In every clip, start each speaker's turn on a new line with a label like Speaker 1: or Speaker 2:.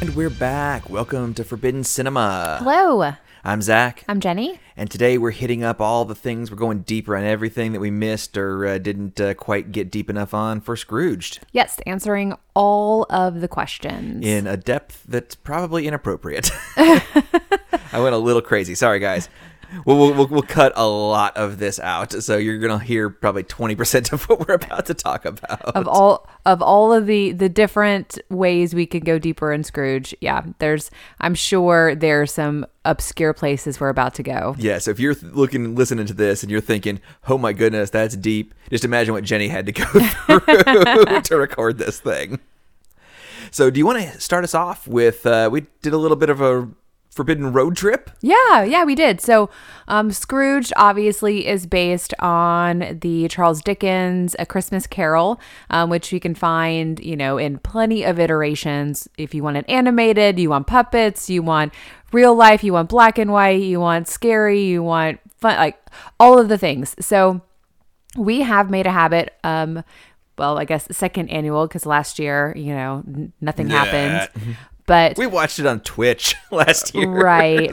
Speaker 1: And we're back. Welcome to Forbidden Cinema.
Speaker 2: Hello,
Speaker 1: I'm Zach,
Speaker 2: I'm Jenny.
Speaker 1: and today we're hitting up all the things. We're going deeper on everything that we missed or uh, didn't uh, quite get deep enough on for Scrooged
Speaker 2: Yes, answering all of the questions.
Speaker 1: in a depth that's probably inappropriate. I went a little crazy. Sorry, guys. We'll, we'll, we'll, we'll cut a lot of this out. So you're going to hear probably 20% of what we're about to talk about.
Speaker 2: Of all of all of the the different ways we could go deeper in Scrooge, yeah, there's I'm sure there's some obscure places we're about to go.
Speaker 1: Yeah, so if you're th- looking, listening to this, and you're thinking, "Oh my goodness, that's deep," just imagine what Jenny had to go through to record this thing. So, do you want to start us off with? Uh, we did a little bit of a forbidden road trip.
Speaker 2: Yeah, yeah, we did. So, um, Scrooge obviously is based on the Charles Dickens A Christmas Carol, um, which you can find, you know, in plenty of iterations. If you want it animated, you want puppets, you want real life, you want black and white, you want scary, you want fun, like all of the things. So, we have made a habit um well i guess second annual because last year you know n- nothing
Speaker 1: Yeah.
Speaker 2: happened but
Speaker 1: We watched it on Twitch last year.
Speaker 2: Right,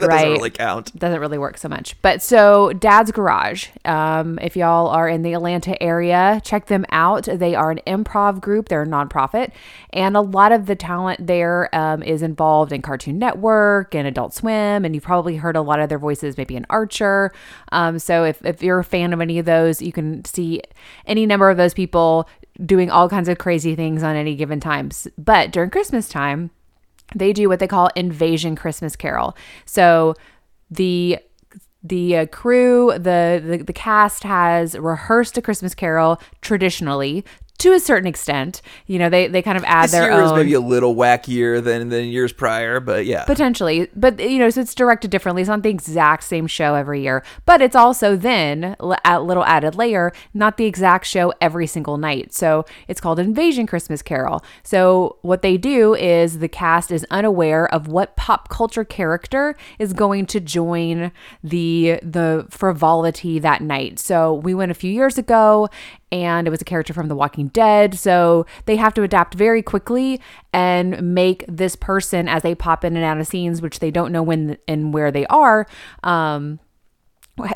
Speaker 1: that Doesn't
Speaker 2: right.
Speaker 1: really count.
Speaker 2: doesn't really work so much. But so Dad's Garage, um, if y'all are in the Atlanta area, check them out. They are an improv group. They're a nonprofit, and a lot of the talent there um, is involved in Cartoon Network and Adult Swim, and you've probably heard a lot of their voices, maybe in Archer. Um, so if if you're a fan of any of those, you can see any number of those people doing all kinds of crazy things on any given times. But during Christmas time they do what they call invasion christmas carol so the the uh, crew the, the the cast has rehearsed a christmas carol traditionally to a certain extent you know they they kind of add
Speaker 1: This
Speaker 2: their
Speaker 1: year was
Speaker 2: own
Speaker 1: maybe a little wackier than than years prior, but yeah,
Speaker 2: potentially but you know so it's directed differently it's not the exact same show every year but it's also then l- a little added layer not the exact show every single night so it's called invasion christmas carol so what they do is the cast is unaware of what pop culture character is going to join the the frivolity that night so we went a few years ago and it was a character from The Walking Dead. So they have to adapt very quickly and make this person as they pop in and out of scenes, which they don't know when and where they are. Um,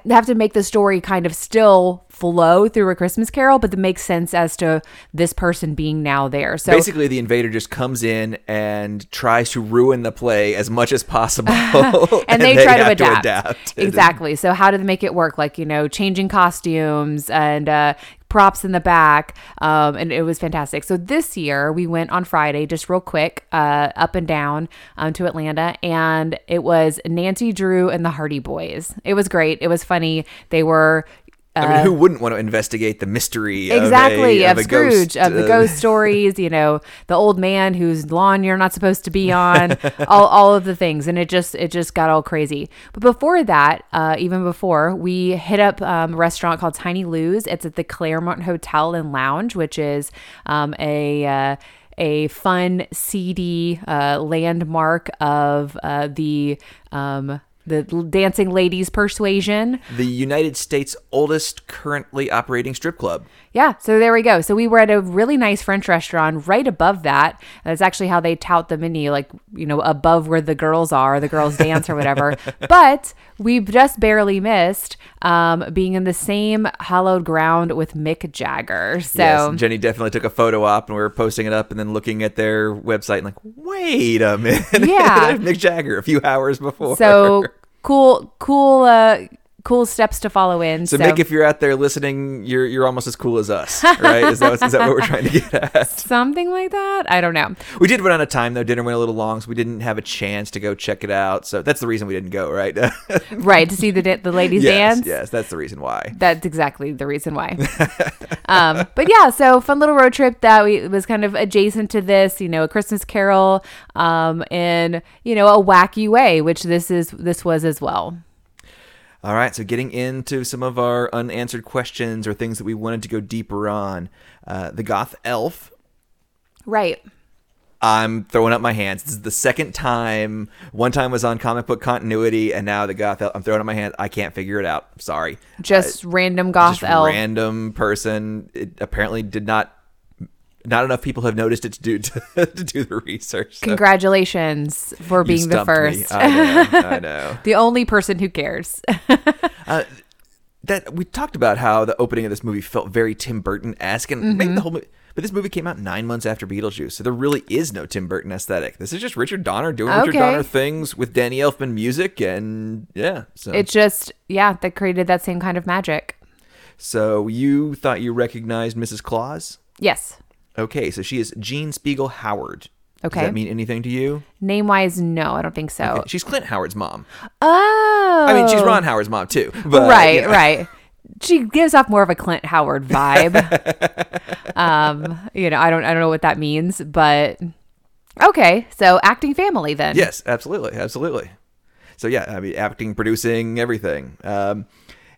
Speaker 2: they have to make the story kind of still flow through a Christmas Carol, but that makes sense as to this person being now there. So
Speaker 1: basically the invader just comes in and tries to ruin the play as much as possible, and,
Speaker 2: and, they, try to
Speaker 1: have
Speaker 2: adapt.
Speaker 1: It-
Speaker 2: Exactly. So how do they make it work? Like you know, changing costumes and uh, props in the back, um, and it was fantastic. So this year we went on Friday, just real quick, uh, up and down um, to Atlanta, and it was Nancy Drew and the Hardy Boys. It was great. It was funny. They were.
Speaker 1: I mean, who wouldn't want to investigate the mystery?
Speaker 2: Uh, Exactly,
Speaker 1: of, a,
Speaker 2: of,
Speaker 1: a
Speaker 2: Scrooge,
Speaker 1: ghost,
Speaker 2: of the
Speaker 1: uh,
Speaker 2: ghost stories, you know, the old man whose lawn you're not supposed to be on, all, all of the things, and it just it just got all crazy. But before that, uh, even before we hit up um, a restaurant called Tiny Lou's. It's at the Claremont Hotel and Lounge, which is um, a uh, a fun, seedy uh, landmark of uh, the. Um, the dancing ladies persuasion
Speaker 1: the United States' oldest currently operating strip club.
Speaker 2: Yeah, so there we go. So we were at a really nice French restaurant right above that. That's actually how they tout the menu, like, you know, above where the girls are, the girls dance or whatever. But we just barely missed um, being in the same hallowed ground with Mick Jagger. So
Speaker 1: and Jenny definitely took a photo op, and we were posting it up, and then looking at their website, and like, wait a minute,
Speaker 2: Yeah.
Speaker 1: there's Mick Jagger a few hours before.
Speaker 2: so cool, cool, uh, cool steps to follow in.
Speaker 1: So, Mick, if you're out there listening, you're you're almost as cool as us, right? Is that, is that what we're trying to get at?
Speaker 2: something like that. I don't know.
Speaker 1: We did run out of time though. Dinner went a little long, so we didn't have a chance to go check it out. So that's the reason we didn't go, right? yes,
Speaker 2: Right, to see the, da- the ladies dance.
Speaker 1: yes, that's the reason why.
Speaker 2: That's exactly the reason why. um, but yeah, so fun little road trip that we was kind of adjacent to this, you know, a Christmas Carol, um, in you know a wacky way, which this is this was as well.
Speaker 1: All right, so getting into some of our unanswered questions or things that we wanted to go deeper on. Uh, the goth elf.
Speaker 2: Right.
Speaker 1: I'm throwing up my hands. This is the second time. One time was on comic book continuity, and now the goth elf. I'm throwing up my hands. I can't figure it out. Sorry.
Speaker 2: Just random goth
Speaker 1: Uh, Just
Speaker 2: elf.
Speaker 1: random person. It apparently did not Not enough people have noticed it to do to, to do the research. So
Speaker 2: Congratulations for
Speaker 1: you
Speaker 2: being the
Speaker 1: stumped me. Uh,
Speaker 2: first.
Speaker 1: I know. I know.
Speaker 2: The only person who cares.
Speaker 1: Uh, that we talked about how the opening of this movie felt very Tim Burton esque, and maybe
Speaker 2: Mm-hmm.
Speaker 1: the whole movie. But this movie came out nine months after Beetlejuice, so there really is no Tim Burton aesthetic. This is just Richard Donner doing Richard
Speaker 2: Okay.
Speaker 1: Donner things with Danny Elfman music, and yeah. So,
Speaker 2: It just, yeah, that created that same kind of magic.
Speaker 1: so you thought you recognized Mrs. Claus?
Speaker 2: Yes.
Speaker 1: Okay, so she is Jean Spiegel Howard.
Speaker 2: Okay.
Speaker 1: Does that mean anything to you?
Speaker 2: Name wise, no, I don't think so.
Speaker 1: She's Clint Howard's mom.
Speaker 2: Oh.
Speaker 1: I mean, she's Ron Howard's mom too. But,
Speaker 2: right,
Speaker 1: yeah.
Speaker 2: right. She gives off more of a Clint Howard vibe. um, you know, I don't I don't know what that means, but okay. So acting family then.
Speaker 1: Yes, absolutely, absolutely. So yeah, I mean, acting, producing, everything. Um,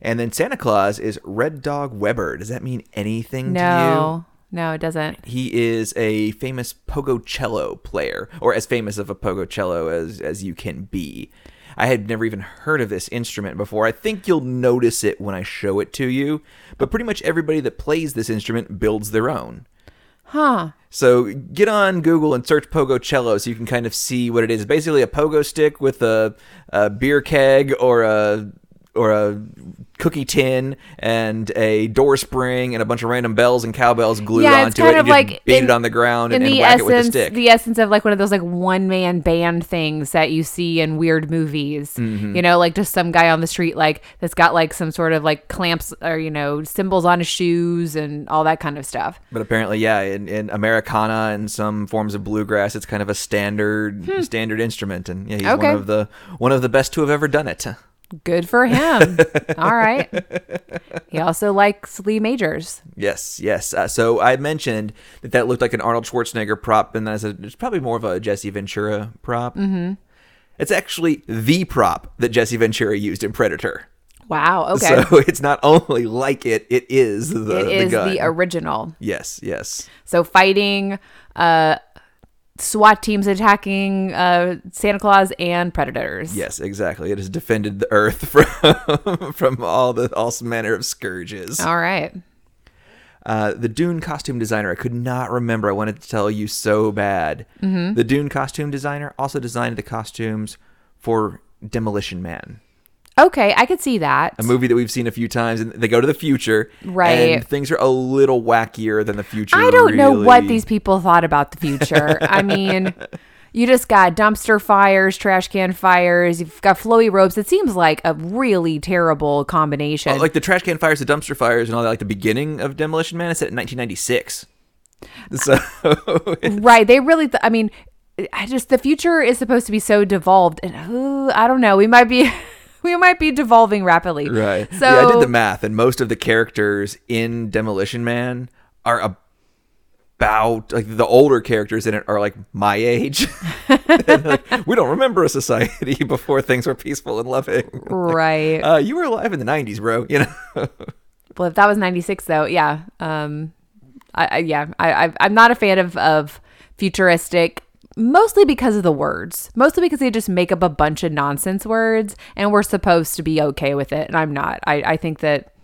Speaker 1: and then Santa Claus is Red Dog Weber. Does that mean anything to
Speaker 2: No. No, it doesn't.
Speaker 1: you? He is a famous pogo cello player, or as famous of a pogo cello as as you can be. I had never even heard of this instrument before. I think you'll notice it when I show it to you. But pretty much everybody that plays this instrument builds their own.
Speaker 2: Huh.
Speaker 1: So get on Google and search pogo cello so you can kind of see what it is. Basically, a pogo stick with a, a beer keg or a or a cookie tin and a door spring and a bunch of random bells and cowbells glued
Speaker 2: Yeah, it's
Speaker 1: onto
Speaker 2: kind
Speaker 1: it.
Speaker 2: of
Speaker 1: you
Speaker 2: like
Speaker 1: just beat
Speaker 2: in-
Speaker 1: it on the ground
Speaker 2: In
Speaker 1: and, and
Speaker 2: the
Speaker 1: whack it with a
Speaker 2: essence
Speaker 1: stick.
Speaker 2: the essence of like one of those like one man band things that you see in weird movies.
Speaker 1: Mm-hmm.
Speaker 2: You know, like just some guy on the street like that's got like some sort of like clamps or, you know, symbols on his shoes and all that kind of stuff.
Speaker 1: But apparently, yeah, in, in Americana and some forms of bluegrass, it's kind of a standard standard instrument. And yeah, he's
Speaker 2: Hmm. Okay.
Speaker 1: one of the one of the best to have ever done it.
Speaker 2: Good for him. All right. He also likes Lee Majors.
Speaker 1: Yes, yes. Uh, so I mentioned that that looked like an Arnold Schwarzenegger prop, and then I said it's probably more of a Jesse Ventura prop. Mm-hmm. It's actually the prop that Jesse Ventura used in Predator.
Speaker 2: Wow. Okay.
Speaker 1: So it's not only like it; it is the
Speaker 2: it
Speaker 1: the
Speaker 2: is
Speaker 1: gun.
Speaker 2: the er- original.
Speaker 1: yes, yes.
Speaker 2: So fighting, uh, SWAT teams attacking uh, Santa Claus and predators.
Speaker 1: Yes, exactly. It has defended the earth from from all the all manner of scourges.
Speaker 2: All right.
Speaker 1: Uh, the Dune costume designer, I could not remember. I wanted to tell you so bad.
Speaker 2: Mm-hmm.
Speaker 1: The Dune costume designer also designed the costumes for Demolition Man,
Speaker 2: Okay, I could see that.
Speaker 1: a movie that we've seen a few times, and they go to the future.
Speaker 2: Right.
Speaker 1: And things are a little wackier than the future.
Speaker 2: I don't know what
Speaker 1: really-
Speaker 2: these people thought about the future. I mean, you just got dumpster fires, trash can fires. You've got flowy ropes. It seems like a really terrible combination.
Speaker 1: Like the trash can fires, the dumpster fires, and all that. Like the beginning of Demolition Man, it's set in 1996. So
Speaker 2: right they really th- i mean i just the future is supposed to be so devolved and ooh, i don't know we might be we might be devolving rapidly
Speaker 1: Right.
Speaker 2: so
Speaker 1: yeah, I did the math, and most of the characters in Demolition Man are about like the older characters in it are like my age. And, like, we don't remember a society before things were peaceful and loving.
Speaker 2: right
Speaker 1: Uh, you were alive in the '90s, bro. You know.
Speaker 2: well if that was 96 though yeah um i, I yeah I, I i'm not a fan of of futuristic mostly because of the words mostly because they just make up a bunch of nonsense words and we're supposed to be okay with it and i'm not i i think that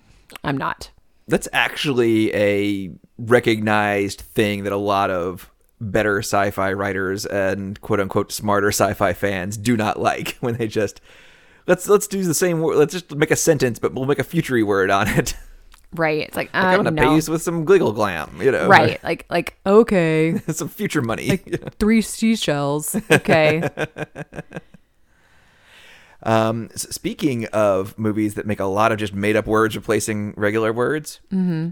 Speaker 2: i'm not
Speaker 1: that's actually a recognized thing that a lot of better sci-fi writers and quote unquote smarter sci-fi fans do not like when they just let's let's do the same word let's just make a sentence but we'll make a futury word on it
Speaker 2: right it's like, uh,
Speaker 1: i'm gonna
Speaker 2: no.
Speaker 1: pay you with some giggle glam you know
Speaker 2: right like like okay
Speaker 1: some future money
Speaker 2: three seashells. Okay.
Speaker 1: Um, s- speaking of movies that make a lot of just made up words replacing regular words,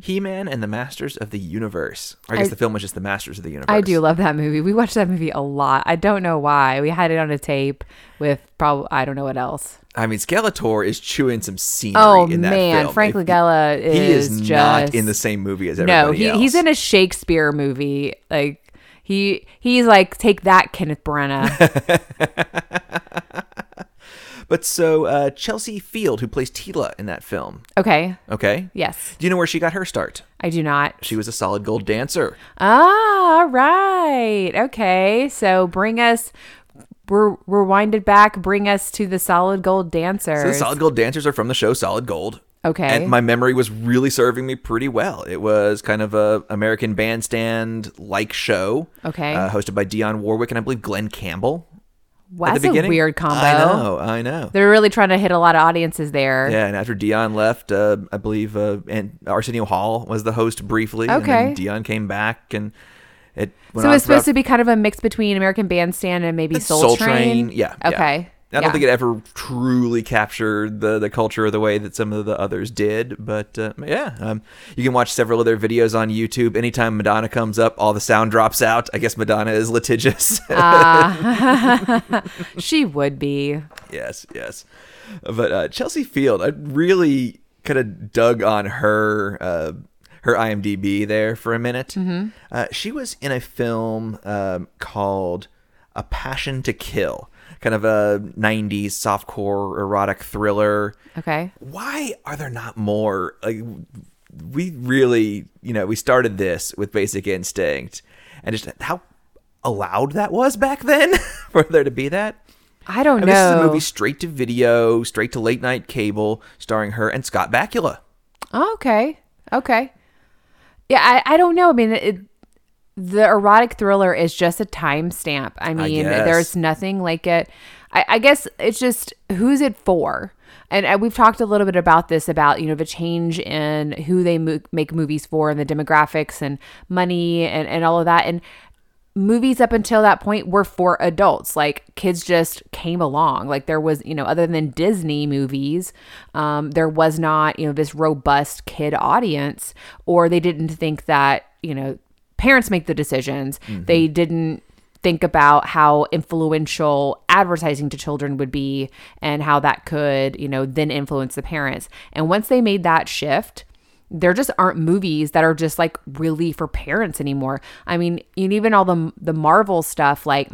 Speaker 1: He Man and the Masters of the Universe. Or I guess
Speaker 2: Mm-hmm. I-
Speaker 1: the film was just the Masters of the Universe.
Speaker 2: I do love that movie. We watched that movie a lot. I don't know why. We had it on a tape with probably I don't know what else.
Speaker 1: I mean, Skeletor is chewing some scenery
Speaker 2: Oh
Speaker 1: in that
Speaker 2: man,
Speaker 1: film.
Speaker 2: Frank
Speaker 1: If-
Speaker 2: Langella is,
Speaker 1: He is
Speaker 2: just
Speaker 1: not in the same movie as everybody
Speaker 2: No, he,
Speaker 1: else.
Speaker 2: he's in a Shakespeare movie. Like he he's like take that Kenneth Branagh.
Speaker 1: But so uh, Chelsea Field, who plays Tila in that film,
Speaker 2: okay.
Speaker 1: okay,
Speaker 2: Yes.
Speaker 1: do you know where she got her start?
Speaker 2: I do not.
Speaker 1: She was a solid gold dancer.
Speaker 2: Ah, all right. Okay. So bring us we're we're winded back, bring us to the solid gold dancers.
Speaker 1: So the solid gold dancers are from the show Solid Gold.
Speaker 2: Okay.
Speaker 1: And my memory was really serving me pretty well. It was kind of a American bandstand like show.
Speaker 2: Okay.
Speaker 1: Uh, hosted by Dionne Warwick and I believe Glenn Campbell.
Speaker 2: wow,
Speaker 1: at
Speaker 2: that's
Speaker 1: the
Speaker 2: a
Speaker 1: beginning.
Speaker 2: weird combo.
Speaker 1: I know, I know.
Speaker 2: They're really trying to hit a lot of audiences there.
Speaker 1: Yeah, and after Dion left, uh, I believe uh, and Arsenio Hall was the host briefly. and
Speaker 2: Okay.
Speaker 1: then Dion came back, and it went
Speaker 2: So
Speaker 1: on
Speaker 2: it's supposed to
Speaker 1: throughout-
Speaker 2: be kind of a mix between American Bandstand and maybe Soul, Train.
Speaker 1: Yeah. yeah.
Speaker 2: Okay.
Speaker 1: I don't
Speaker 2: Yeah.
Speaker 1: think it ever truly captured the the culture the way that some of the others did, but uh, yeah, um, you can watch several of their videos on YouTube. Anytime Madonna comes up, all the sound drops out. I guess Madonna is litigious.
Speaker 2: she would be.
Speaker 1: Yes, yes. But uh, Chelsea Field, I really kind of dug on her uh, her IMDb there for a minute. Uh, she was in a film um, called A Passion to Kill, kind of a '90s softcore erotic thriller.
Speaker 2: Okay.
Speaker 1: Why are there not more? Like, we really, you know, we started this with Basic Instinct, and just how allowed that was back then for there to be that.
Speaker 2: I don't
Speaker 1: And
Speaker 2: know.
Speaker 1: this is a movie straight to video, straight to late night cable, starring her and Scott Bakula.
Speaker 2: Oh, okay. Okay. Yeah, I, I don't know. I mean, it, the erotic thriller is just a timestamp. I mean,
Speaker 1: guess.
Speaker 2: there's nothing like it. I, I guess it's just who's it for? And uh, we've talked a little bit about this about, you know, the change in who they mo- make movies for and the demographics and money and, and all of that. And movies up until that point were for adults like kids just came along like there was you know other than disney movies um, there was not you know this robust kid audience or they didn't think that you know parents make the decisions they didn't think about how influential advertising to children would be and how that could you know then influence the parents and once they made that shift there just aren't movies that are just like really for parents anymore. I mean, and even all the the Marvel stuff, like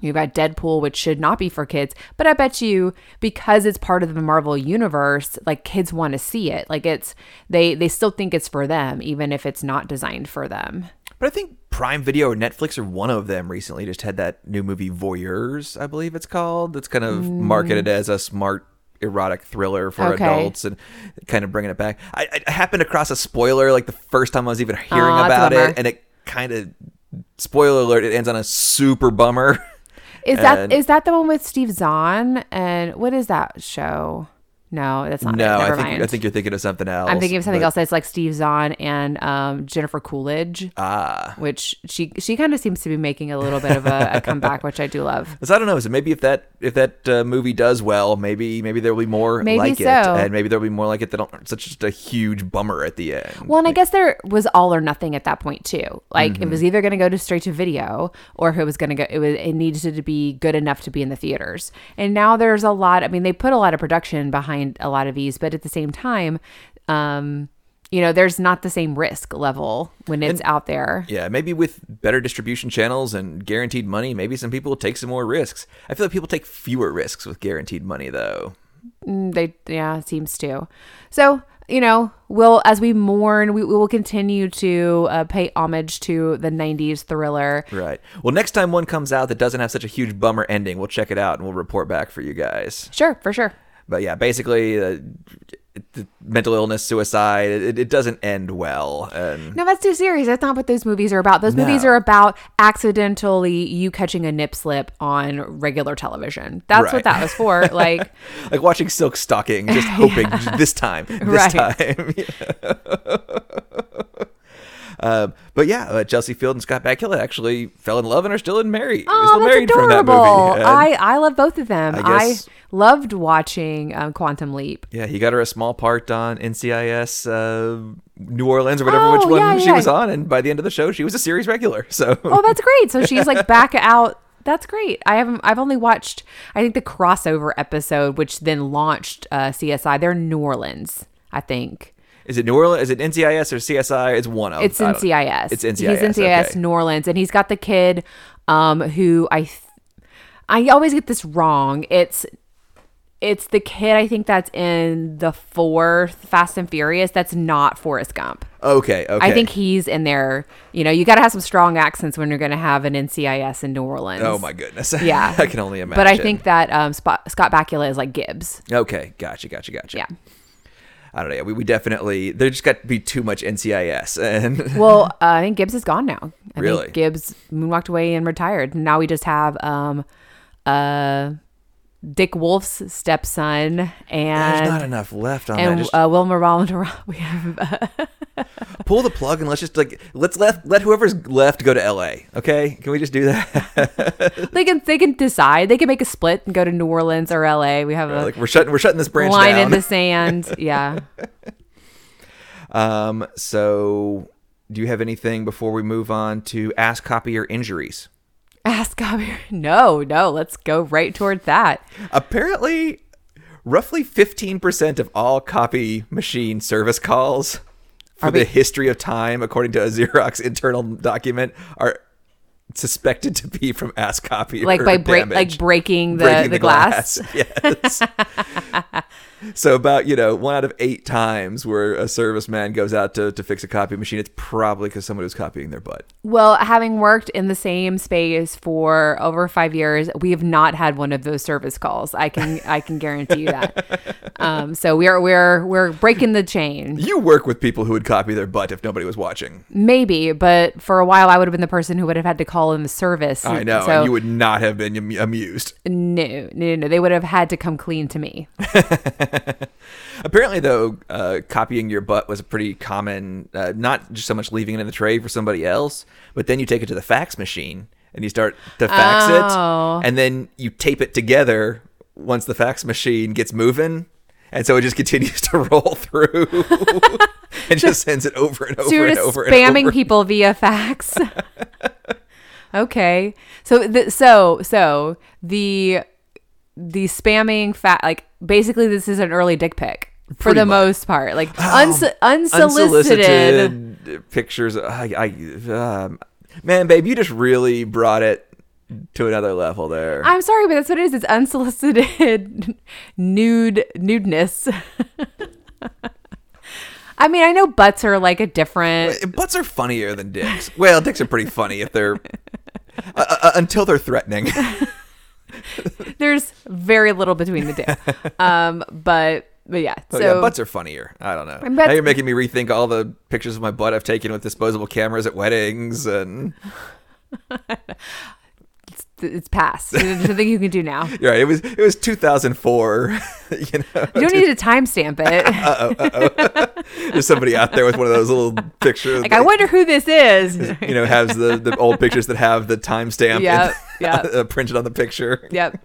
Speaker 2: you've got Deadpool, which should not be for kids, but I bet you because it's part of the Marvel universe, like kids want to see it. Like it's they they still think it's for them, even if it's not designed for them.
Speaker 1: But I think Prime Video or Netflix or one of them recently just had that new movie Voyeurs, I believe it's called. That's kind of marketed as a smart erotic thriller for
Speaker 2: Mm. Okay.
Speaker 1: adults and kind of bringing it back. I, I happened across a spoiler like the first time I was even hearing
Speaker 2: Aw, that's a
Speaker 1: about
Speaker 2: bummer.
Speaker 1: it, and it kind of spoiler alert. It ends on a super bummer.
Speaker 2: Is that
Speaker 1: And-
Speaker 2: is that the one with Steve Zahn and what is that show? No, that's not it.
Speaker 1: no, I
Speaker 2: Never
Speaker 1: think
Speaker 2: mind.
Speaker 1: I think you're thinking of something else.
Speaker 2: I'm thinking of something
Speaker 1: but-
Speaker 2: else that's like Steve Zahn and um, Jennifer Coolidge.
Speaker 1: Ah.
Speaker 2: which she she kind of seems to be making a little bit of a, a comeback, which I do love.
Speaker 1: So I don't know. So maybe if that if that uh, movie does well, maybe maybe there will be more
Speaker 2: Maybe
Speaker 1: like it,
Speaker 2: so.
Speaker 1: and maybe there will be more like it that aren't such just a huge bummer at the end.
Speaker 2: Well, and I guess there was all or nothing at that point too. Like it was either going to go to straight to video, or if it was going to go, it was it needed to be good enough to be in the theaters. And now there's a lot. I mean, they put a lot of production behind a lot of these, but at the same time, um, you know, there's not the same risk level when it's out there.
Speaker 1: yeah, maybe with better distribution channels and guaranteed money, maybe some people will take some more risks. I feel like people take fewer risks with guaranteed money, though.
Speaker 2: Mm, They yeah, it seems to. So you know, we'll as we mourn, we, we will continue to uh, pay homage to the '90s thriller.
Speaker 1: Right. Well, next time one comes out that doesn't have such a huge bummer ending, we'll check it out and we'll report back for you guys.
Speaker 2: Sure, for sure.
Speaker 1: But yeah, basically, uh, the mental illness, suicide, it, it doesn't end well. And
Speaker 2: No, that's too serious. That's not what those movies are about. Those movies
Speaker 1: No.
Speaker 2: are about accidentally you catching a nip slip on regular television. That's
Speaker 1: Right.
Speaker 2: what that was for. Like,
Speaker 1: like watching Silk Stocking, just hoping this time, this
Speaker 2: Right.
Speaker 1: time. Um, but yeah, uh, Chelsea Field and Scott Bakula actually fell in love and are still in married.
Speaker 2: oh,
Speaker 1: still
Speaker 2: that's
Speaker 1: married from that
Speaker 2: adorable.
Speaker 1: movie. And,
Speaker 2: I I love both of them. I,
Speaker 1: I guess-
Speaker 2: loved watching um, Quantum Leap.
Speaker 1: yeah, he got her a small part on NCIS uh, New Orleans or whatever which
Speaker 2: Oh,
Speaker 1: one
Speaker 2: yeah,
Speaker 1: she
Speaker 2: yeah.
Speaker 1: was on, and by the end of the show, she was a series regular. So
Speaker 2: Oh, that's great. So she's like back out. That's great. I haven't. I've only watched. I think the crossover episode, which then launched uh, CSI. They're in New Orleans, I think.
Speaker 1: is it New Orleans? Is it NCIS or CSI? It's one of.
Speaker 2: It's
Speaker 1: I
Speaker 2: in
Speaker 1: don't-
Speaker 2: CIS.
Speaker 1: It's
Speaker 2: He's
Speaker 1: NCIS.
Speaker 2: in CIS
Speaker 1: okay.
Speaker 2: New Orleans, and he's got the kid, um, who I, th- I always get this wrong. It's, it's the kid I think that's in the fourth Fast and Furious. That's not Forrest Gump.
Speaker 1: Okay. Okay.
Speaker 2: I think he's in there. You know, you got to have some strong accents when you're going to have an NCIS in New Orleans.
Speaker 1: Oh my goodness.
Speaker 2: Yeah.
Speaker 1: I can only imagine.
Speaker 2: But I think that um, Spot- Scott Bakula is like Gibbs.
Speaker 1: Okay, gotcha, gotcha, gotcha.
Speaker 2: Yeah.
Speaker 1: I don't know. We, we definitely there just got to be too much NCIS, and
Speaker 2: Well, uh, I think Gibbs is gone now. I
Speaker 1: Really?
Speaker 2: think Gibbs moonwalked away and retired. Now we just have um, uh, Dick Wolf's stepson
Speaker 1: there's not
Speaker 2: and
Speaker 1: enough left on that.
Speaker 2: and
Speaker 1: Just
Speaker 2: uh, Wilmer Rollins. We have uh,
Speaker 1: pull the plug and let's just like let's let let whoever's left go to L.A. Okay, can we just do
Speaker 2: Uh,
Speaker 1: that?
Speaker 2: they can they can decide they can make a split and go to New Orleans or L.A. We have
Speaker 1: like we're shutting we're shutting this
Speaker 2: a
Speaker 1: branch
Speaker 2: line
Speaker 1: down.
Speaker 2: in the sand. Yeah.
Speaker 1: um, so do you have anything before we move on to ask copier injuries?
Speaker 2: Ask Javier. No, no, let's go right toward that.
Speaker 1: Apparently, roughly 15% of all copy machine service calls for
Speaker 2: Are
Speaker 1: the
Speaker 2: we-
Speaker 1: history of time, according to a Xerox internal document, are suspected to be from ass copy
Speaker 2: Like
Speaker 1: or
Speaker 2: by break,
Speaker 1: damage.
Speaker 2: like breaking the,
Speaker 1: Breaking
Speaker 2: the, glass.
Speaker 1: Yes. so about you know one out of eight times where a serviceman goes out to, to fix a copy machine, it's probably because somebody was copying their butt.
Speaker 2: Well, having worked in the same space for over five years, we have not had one of those service calls. I can I can guarantee you that. Um, so we are we're we're breaking the chain,
Speaker 1: You work with people who would copy their butt if nobody was watching.
Speaker 2: maybe. But for a while, I would have been the person who would have had to call in the service.
Speaker 1: I know,
Speaker 2: Mm, So
Speaker 1: and you would not have been am- amused.
Speaker 2: no, no, no, they would have had to come clean to me.
Speaker 1: Apparently, though, uh, copying your butt was a pretty common, uh, not just so much leaving it in the tray for somebody else, but then you take it to the fax machine and you start to fax
Speaker 2: Oh.
Speaker 1: it, and then you tape it together once the fax machine gets moving, and so it just continues to roll through and just sends it over and over
Speaker 2: So you're
Speaker 1: and
Speaker 2: just
Speaker 1: over and
Speaker 2: spamming
Speaker 1: over.
Speaker 2: people via fax. okay. So the, so so the the spamming fat like basically this is an early dick pic for
Speaker 1: Pretty
Speaker 2: the
Speaker 1: much.
Speaker 2: most part like uns- unsolicited.
Speaker 1: Unsolicited uh, pictures. I, I, um, man, babe, you just really brought it to another level there.
Speaker 2: I'm sorry, but that's what it is. It's unsolicited nude nudeness. I mean, I know butts are like a different.
Speaker 1: Butts are funnier than dicks. Well, dicks are pretty funny if they're uh, uh, until they're threatening.
Speaker 2: There's very little between the two, um, but but yeah.
Speaker 1: But
Speaker 2: so
Speaker 1: Oh, yeah, butts are funnier. I don't know.
Speaker 2: And butts-
Speaker 1: now you're making me rethink all the pictures of my butt I've taken with disposable cameras at weddings, and
Speaker 2: th- it's past. There's nothing you can do now.
Speaker 1: you're right. It was it was 2004. you know,
Speaker 2: You don't need to timestamp it.
Speaker 1: there's somebody out there with one of those little pictures.
Speaker 2: like, I wonder who this is.
Speaker 1: you know, has the, the old pictures that have the timestamp
Speaker 2: Yep,
Speaker 1: in-
Speaker 2: yep.
Speaker 1: uh, printed on the picture.
Speaker 2: yep,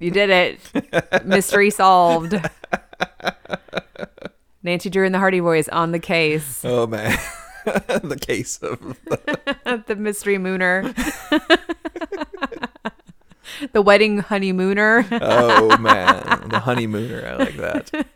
Speaker 2: you did it. Mystery solved. Nancy Drew and the Hardy Boys on the case.
Speaker 1: Oh man, the case of
Speaker 2: the mystery mooner. the wedding honeymooner.
Speaker 1: oh man, the honeymooner. I like that.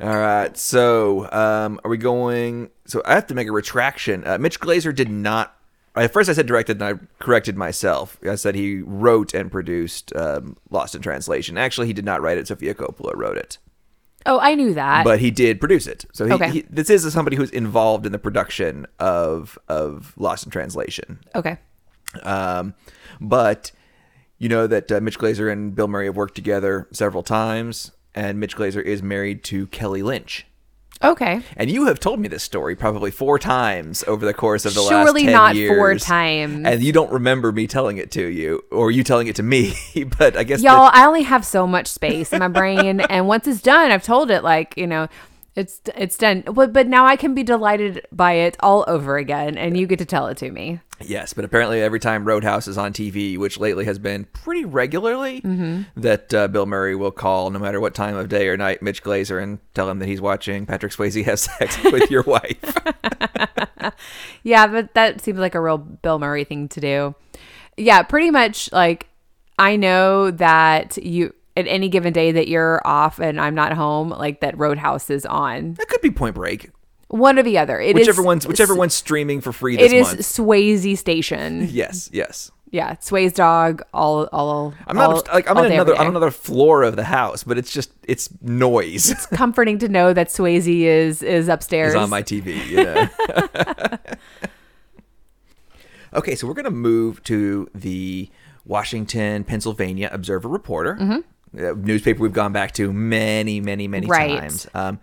Speaker 1: All right, so um, are we going? So I have to make a retraction. Uh, Mitch Glazer did not. At first, I said directed, and I corrected myself. I said he wrote and produced um, Lost in Translation. Actually, he did not write it. Sofia Coppola wrote it,
Speaker 2: Oh, I knew that.
Speaker 1: but he did produce it. So he,
Speaker 2: Okay.
Speaker 1: he, this is somebody who's involved in the production of of Lost in Translation.
Speaker 2: okay.
Speaker 1: Um, but you know that uh, Mitch Glazer and Bill Murray have worked together several times, and Mitch Glazer is married to Kelly Lynch.
Speaker 2: Okay.
Speaker 1: And you have told me this story probably four times over the course of the last
Speaker 2: Surely
Speaker 1: 10
Speaker 2: not
Speaker 1: years.
Speaker 2: four times.
Speaker 1: And you don't remember me telling it to you, or you telling it to me. But I guess the-
Speaker 2: Y'all, I only have so much space in my brain, and once it's done, I've told it like you know, it's it's done. But but now I can be delighted by it all over again, and you get to tell it to me.
Speaker 1: Yes, but apparently every time Roadhouse is on TV, which lately has been pretty regularly,
Speaker 2: Mm-hmm.
Speaker 1: that uh, Bill Murray will call no matter what time of day or night Mitch Glazer and tell him that he's watching Patrick Swayze have sex with your wife.
Speaker 2: Yeah, but that seems like a real Bill Murray thing to do. Yeah, pretty much like I know that you at any given day that you're off and I'm not home, like that Roadhouse is on.
Speaker 1: That could be Point Break.
Speaker 2: One or the other. It is
Speaker 1: Whichever one's whichever one's streaming for free this
Speaker 2: It is
Speaker 1: month.
Speaker 2: Swayze Station.
Speaker 1: yes, yes.
Speaker 2: Yeah, Swayze Dog. All all.
Speaker 1: I'm not
Speaker 2: all-
Speaker 1: obst- like I'm
Speaker 2: all
Speaker 1: in
Speaker 2: day,
Speaker 1: another
Speaker 2: every
Speaker 1: I'm
Speaker 2: day.
Speaker 1: on another floor of the house, but it's just it's noise.
Speaker 2: it's comforting to know that Swayze is is upstairs.
Speaker 1: is on my TV. You know. okay, so we're going to move to the Washington, Pennsylvania Observer Reporter. uh, newspaper we've gone back to many, many, many
Speaker 2: Mm-hmm. Right.
Speaker 1: times. Um,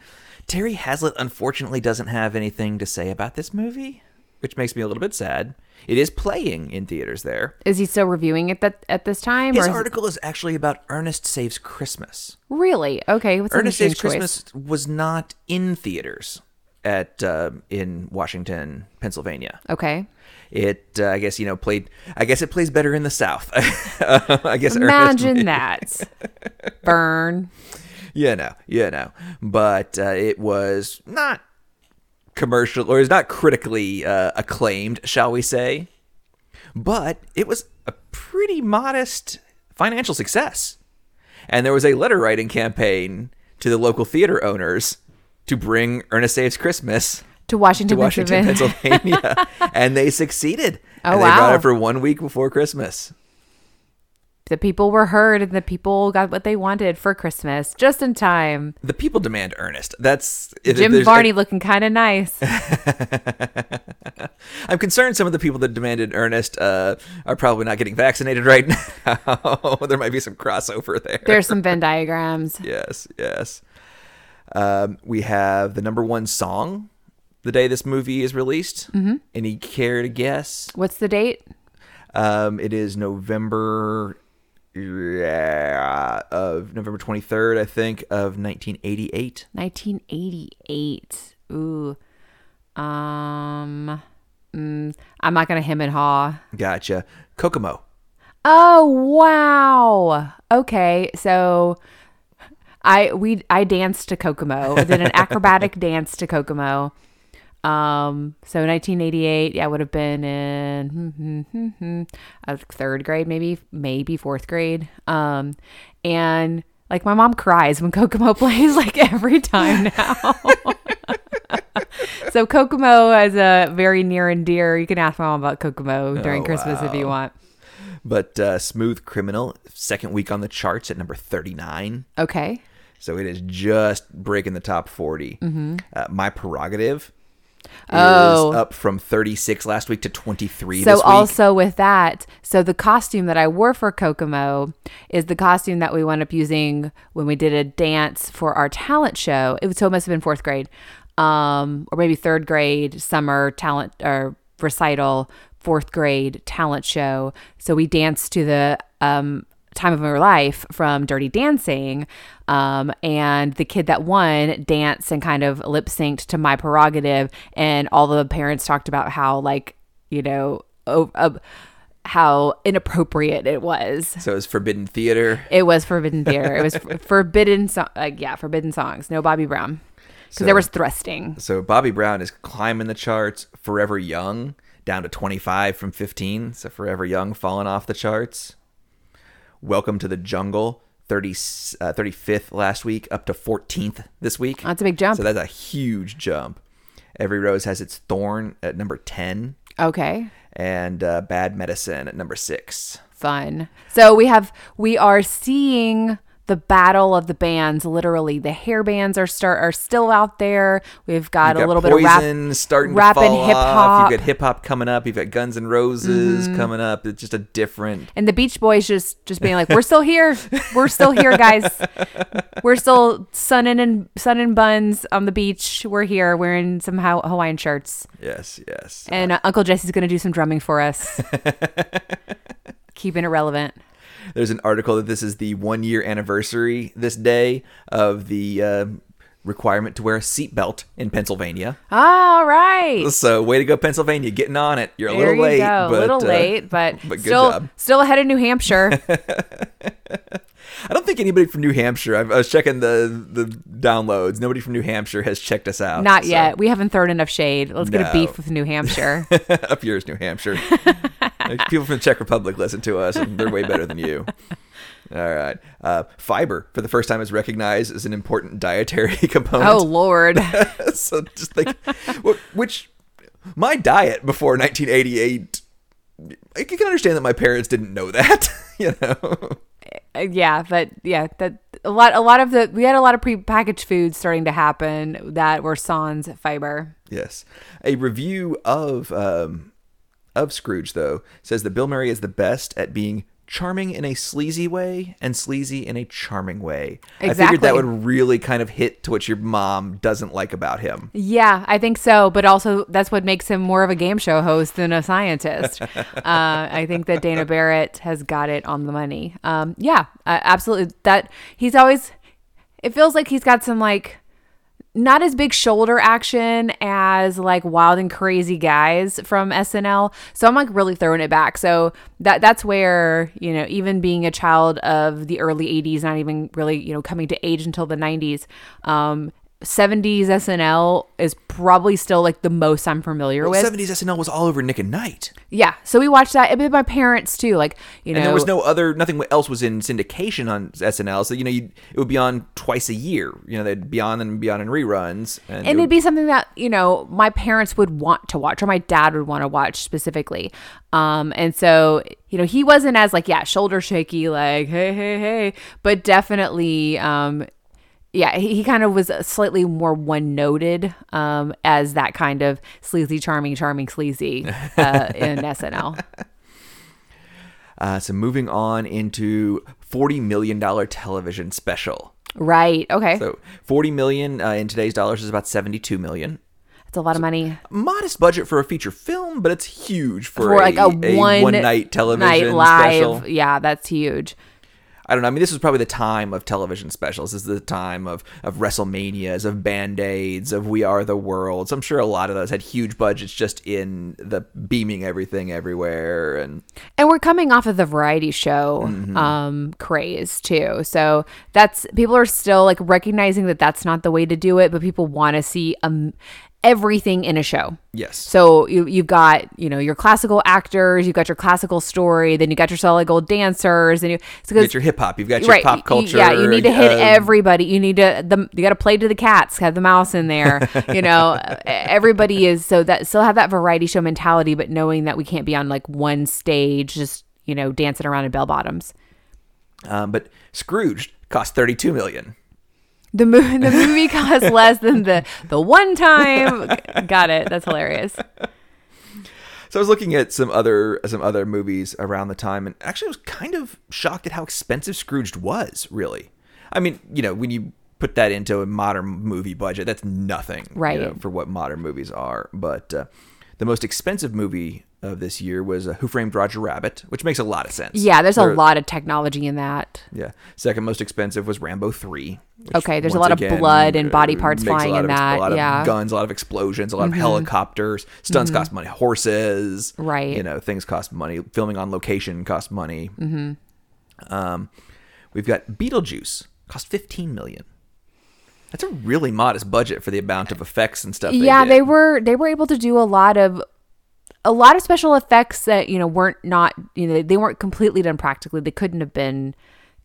Speaker 1: Terry Hazlitt unfortunately doesn't have anything to say about this movie, which makes me a little bit sad. It is playing in theaters there.
Speaker 2: Is he still reviewing it that at this time?
Speaker 1: His
Speaker 2: or is-
Speaker 1: article is actually about Ernest Saves Christmas.
Speaker 2: really? Okay. What's
Speaker 1: Ernest
Speaker 2: an
Speaker 1: Saves
Speaker 2: interesting choice?
Speaker 1: Christmas was not in theaters at uh, in Washington, Pennsylvania.
Speaker 2: Okay.
Speaker 1: It, uh, I guess, you know, played. I guess it plays better in the South. I guess. Ernest,
Speaker 2: Imagine that. Burn.
Speaker 1: you know, you know, but uh, it was not commercial or is not critically uh, acclaimed, shall we say? But it was a pretty modest financial success, and there was a letter writing campaign to the local theater owners to bring Ernest Saves Christmas
Speaker 2: To Washington,
Speaker 1: to Washington,
Speaker 2: Pennsylvania.
Speaker 1: Pennsylvania, and they succeeded.
Speaker 2: Oh,
Speaker 1: and they brought
Speaker 2: wow.
Speaker 1: it for one week before Christmas.
Speaker 2: The people were heard and the people got what they wanted for Christmas just in time.
Speaker 1: The people demand Ernest. That's if- if
Speaker 2: Jim
Speaker 1: there's-
Speaker 2: Varney looking kind of nice.
Speaker 1: I'm concerned some of the people that demanded Ernest uh, are probably not getting vaccinated right now. there might be some crossover there.
Speaker 2: There's some Venn diagrams.
Speaker 1: yes, yes. Um, we have the number one song the day this movie is released. Mm-hmm. Any care to guess?
Speaker 2: What's the date?
Speaker 1: Um, it is November yeah, of November 23rd, I think, of 1988.
Speaker 2: 1988. Ooh. Um. mm, I'm not gonna hem and haw.
Speaker 1: Gotcha. Kokomo.
Speaker 2: Oh wow. Okay, so I we I danced to Kokomo. I did an acrobatic dance to Kokomo. Um, so 1988, yeah, I would have been in hmm, hmm, hmm, hmm, uh, third grade, maybe, maybe fourth grade. Um, and like my mom cries when Kokomo plays like every time now. so Kokomo is a very near and dear. You can ask my mom about Kokomo during
Speaker 1: Oh,
Speaker 2: Christmas if you want.
Speaker 1: But uh, Smooth Criminal, second week on the charts at number 39.
Speaker 2: Okay.
Speaker 1: So it is just breaking the top 40. Uh, my prerogative
Speaker 2: Mm-hmm. Oh.
Speaker 1: is up from 36 last week to 23
Speaker 2: So
Speaker 1: this week.
Speaker 2: also with that, so the costume that I wore for Kokomo is the costume that we wound up using when we did a dance for our talent show. It was so it must have been fourth grade, um, or maybe third grade summer talent or recital, fourth grade talent show. So we danced to the um, time of our life from Dirty Dancing. Um, and the kid that won danced and kind of lip synced to My Prerogative. And all the parents talked about how, like, you know, oh, uh, how inappropriate it was.
Speaker 1: So it's Forbidden Theater.
Speaker 2: It was forbidden theater. It was f- forbidden, so- like, yeah, forbidden songs. No Bobby Brown. Because
Speaker 1: So-
Speaker 2: there was thrusting.
Speaker 1: So Bobby Brown is climbing the charts, Forever Young down to 25 from 15. So Forever Young falling off the charts. Welcome to the Jungle, 30, uh, 35th last week, up to 14th this week.
Speaker 2: That's a big jump.
Speaker 1: So that's a huge jump. Every Rose has its thorn at number 10
Speaker 2: okay.
Speaker 1: and uh, Bad Medicine at number 6.
Speaker 2: fun. So we have we are seeing the battle of the bands. Literally, the hair bands are start are still out there. We've got,
Speaker 1: You've
Speaker 2: a little
Speaker 1: got
Speaker 2: bit of rap,
Speaker 1: Poison starting
Speaker 2: rap
Speaker 1: to fall
Speaker 2: and hip
Speaker 1: off.
Speaker 2: hop, Mm-hmm.
Speaker 1: You've got hip hop coming up. You've got Guns N' Roses coming up. It's just a different.
Speaker 2: and the Beach Boys just just being like, "We're still here. We're still here, guys. We're still sunning and sunning buns on the beach. We're here wearing some Haw- Hawaiian shirts,
Speaker 1: Yes, yes.
Speaker 2: and uh, Uncle Jesse's gonna do some drumming for us, keeping it relevant."
Speaker 1: There's an article that this is the one year anniversary this day of the uh, requirement to wear a seatbelt in Pennsylvania.
Speaker 2: All right.
Speaker 1: So, way to go, Pennsylvania, getting on it. You're a
Speaker 2: There
Speaker 1: little
Speaker 2: you
Speaker 1: late.
Speaker 2: go.
Speaker 1: But,
Speaker 2: a little
Speaker 1: uh,
Speaker 2: late, but,
Speaker 1: but good
Speaker 2: still
Speaker 1: job.
Speaker 2: still ahead of New Hampshire.
Speaker 1: I don't think anybody from New Hampshire, I I was checking the, the downloads, nobody from New Hampshire has checked us out.
Speaker 2: Not
Speaker 1: so.
Speaker 2: yet. We haven't thrown enough shade. Let's get
Speaker 1: No.
Speaker 2: a beef with New Hampshire.
Speaker 1: Up yours, New Hampshire. Like, People from the Czech Republic listen to us, and they're way better than you. All right. Uh, fiber, for the first time, is recognized as an important dietary component.
Speaker 2: oh Lord.
Speaker 1: so just think, wh- which my diet before 1988, I can understand that my parents didn't know that. You know,
Speaker 2: Uh, yeah, but yeah, that a lot a lot of the we had a lot of prepackaged foods starting to happen that were sans fiber.
Speaker 1: yes. A review of um, of Scrooge though says that Bill Murray is the best at being charming in a sleazy way and sleazy in a charming way. I
Speaker 2: Exactly.
Speaker 1: figured that would really kind of hit to what your mom doesn't like about him.
Speaker 2: Yeah, I think so. But also, that's what makes him more of a game show host than a scientist. uh, I think that Dana Barrett has got it on the money. Um, yeah, uh, absolutely. That he's always. It feels like he's got some like not as big shoulder action as like wild and crazy guys from SNL. So I'm like really throwing it back. So that that's where, you know, even being a child of the early 80s, not even really, you know, coming to age until the 90s, um 70s SNL is probably still like the most I'm familiar with.
Speaker 1: 70s SNL was all over Nick and Knight.
Speaker 2: yeah. So we watched that. And my parents too. Like, you know,
Speaker 1: And there was no other, nothing else was in syndication on SNL. So, you know, you'd, it would be on twice a year. You know, they'd be on and be on in reruns. And,
Speaker 2: and
Speaker 1: it
Speaker 2: it'd be something that you know my parents would want to watch or my dad would want to watch specifically um and so you know he wasn't as like yeah shoulder shaky like hey hey hey but definitely um yeah he, he kind of was slightly more one noted um as that kind of sleazy charming charming sleazy uh, in snl
Speaker 1: Uh, so moving on into forty million dollar television special.
Speaker 2: right okay
Speaker 1: So forty million uh, in today's dollars is about seventy two million.
Speaker 2: that's a lot of money
Speaker 1: Modest budget for a feature film, but it's huge for,
Speaker 2: for like a, one,
Speaker 1: night television
Speaker 2: night live
Speaker 1: special.
Speaker 2: yeah that's huge
Speaker 1: I don't know. I mean, this was probably the time of television specials. This is the time of of WrestleManias, of Band Aids, of We Are the World. So I'm sure a lot of those had huge budgets just in the beaming everything everywhere and
Speaker 2: And we're coming off of the variety show um, craze too. So that's people are still like recognizing that that's not the way to do it, but people want to see um, everything in a show.
Speaker 1: yes.
Speaker 2: So you, you've got you know your classical actors, you've got your classical story, then you got your solid gold dancers, and you so 'cause-
Speaker 1: you got your hip hop. You've got your pop
Speaker 2: y- y-
Speaker 1: culture.
Speaker 2: Yeah, you need to hit
Speaker 1: uh,
Speaker 2: everybody. You need to the you got to play to the cats. Have the mouse in there. you know, e-, everybody is so that still have that variety show mentality, but knowing that we can't be on like one stage, just you know, dancing around in bell bottoms.
Speaker 1: Um, but Scrooge cost thirty-two million.
Speaker 2: The movie the movie costs less than the the one time. got it. That's hilarious.
Speaker 1: So I was looking at some other some other movies around the time, and actually, I was kind of shocked at how expensive Scrooge was. Really, I mean, you know, when you put that into a modern movie budget, that's nothing, you
Speaker 2: Right.
Speaker 1: know, for what modern movies are. But uh, the most expensive movie of this year was uh, Who Framed Roger Rabbit, which makes a lot of sense.
Speaker 2: Yeah, there's a
Speaker 1: There-
Speaker 2: lot of technology in that.
Speaker 1: Yeah. Second most expensive was Rambo three. which
Speaker 2: Okay, there's a
Speaker 1: once uh,
Speaker 2: lot of blood and body parts
Speaker 1: makes a
Speaker 2: flying
Speaker 1: lot
Speaker 2: in
Speaker 1: of ex-
Speaker 2: that,
Speaker 1: A lot
Speaker 2: yeah. Mm-hmm.
Speaker 1: of guns, a lot of explosions, a lot of helicopters. Stunts cost money. Horses.
Speaker 2: Right.
Speaker 1: You know, things cost money. Filming on location cost money. Mm-hmm. Um, we've got Beetlejuice cost 15 million. That's a really modest budget for the amount of effects and stuff.
Speaker 2: yeah,
Speaker 1: they,
Speaker 2: they
Speaker 1: did.
Speaker 2: were they were able to do a lot of a lot of special effects that you know weren't not you know they weren't completely done practically. They couldn't have been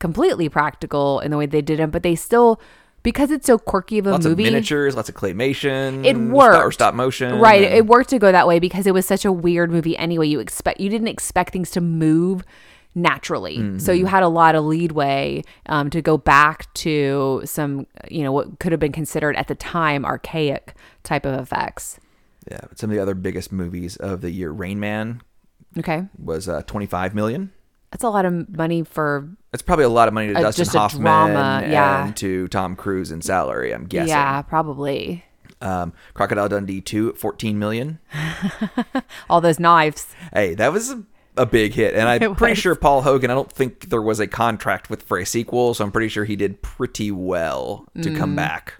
Speaker 2: completely practical in the way they did them, but they still because it's so quirky of a
Speaker 1: lots
Speaker 2: movie.
Speaker 1: of miniatures, lots of claymation.
Speaker 2: It
Speaker 1: sto- or
Speaker 2: worked.
Speaker 1: stop motion.
Speaker 2: Right,
Speaker 1: and-
Speaker 2: it worked to go that way because it was such a weird movie anyway. You expect you didn't expect things to move naturally, so
Speaker 1: Mm-hmm.
Speaker 2: you had a lot of leadway um, to go back to some you know what could have been considered at the time archaic type of effects.
Speaker 1: yeah, but some of the other biggest movies of the year, Rain Man
Speaker 2: Okay,
Speaker 1: was uh, 25 million.
Speaker 2: that's a lot of money for
Speaker 1: That's probably a lot of money to
Speaker 2: Uh,
Speaker 1: Dustin
Speaker 2: just a
Speaker 1: Hoffman
Speaker 2: drama, yeah.
Speaker 1: and to Tom Cruise in salary. I'm guessing.
Speaker 2: yeah probably
Speaker 1: Um, Crocodile Dundee two at 14 million.
Speaker 2: all those knives
Speaker 1: Hey, that was a, a big hit, and I'm
Speaker 2: It
Speaker 1: pretty
Speaker 2: was.
Speaker 1: sure Paul Hogan. I don't think there was a contract with for a sequel, so I'm pretty sure he did pretty well to come back.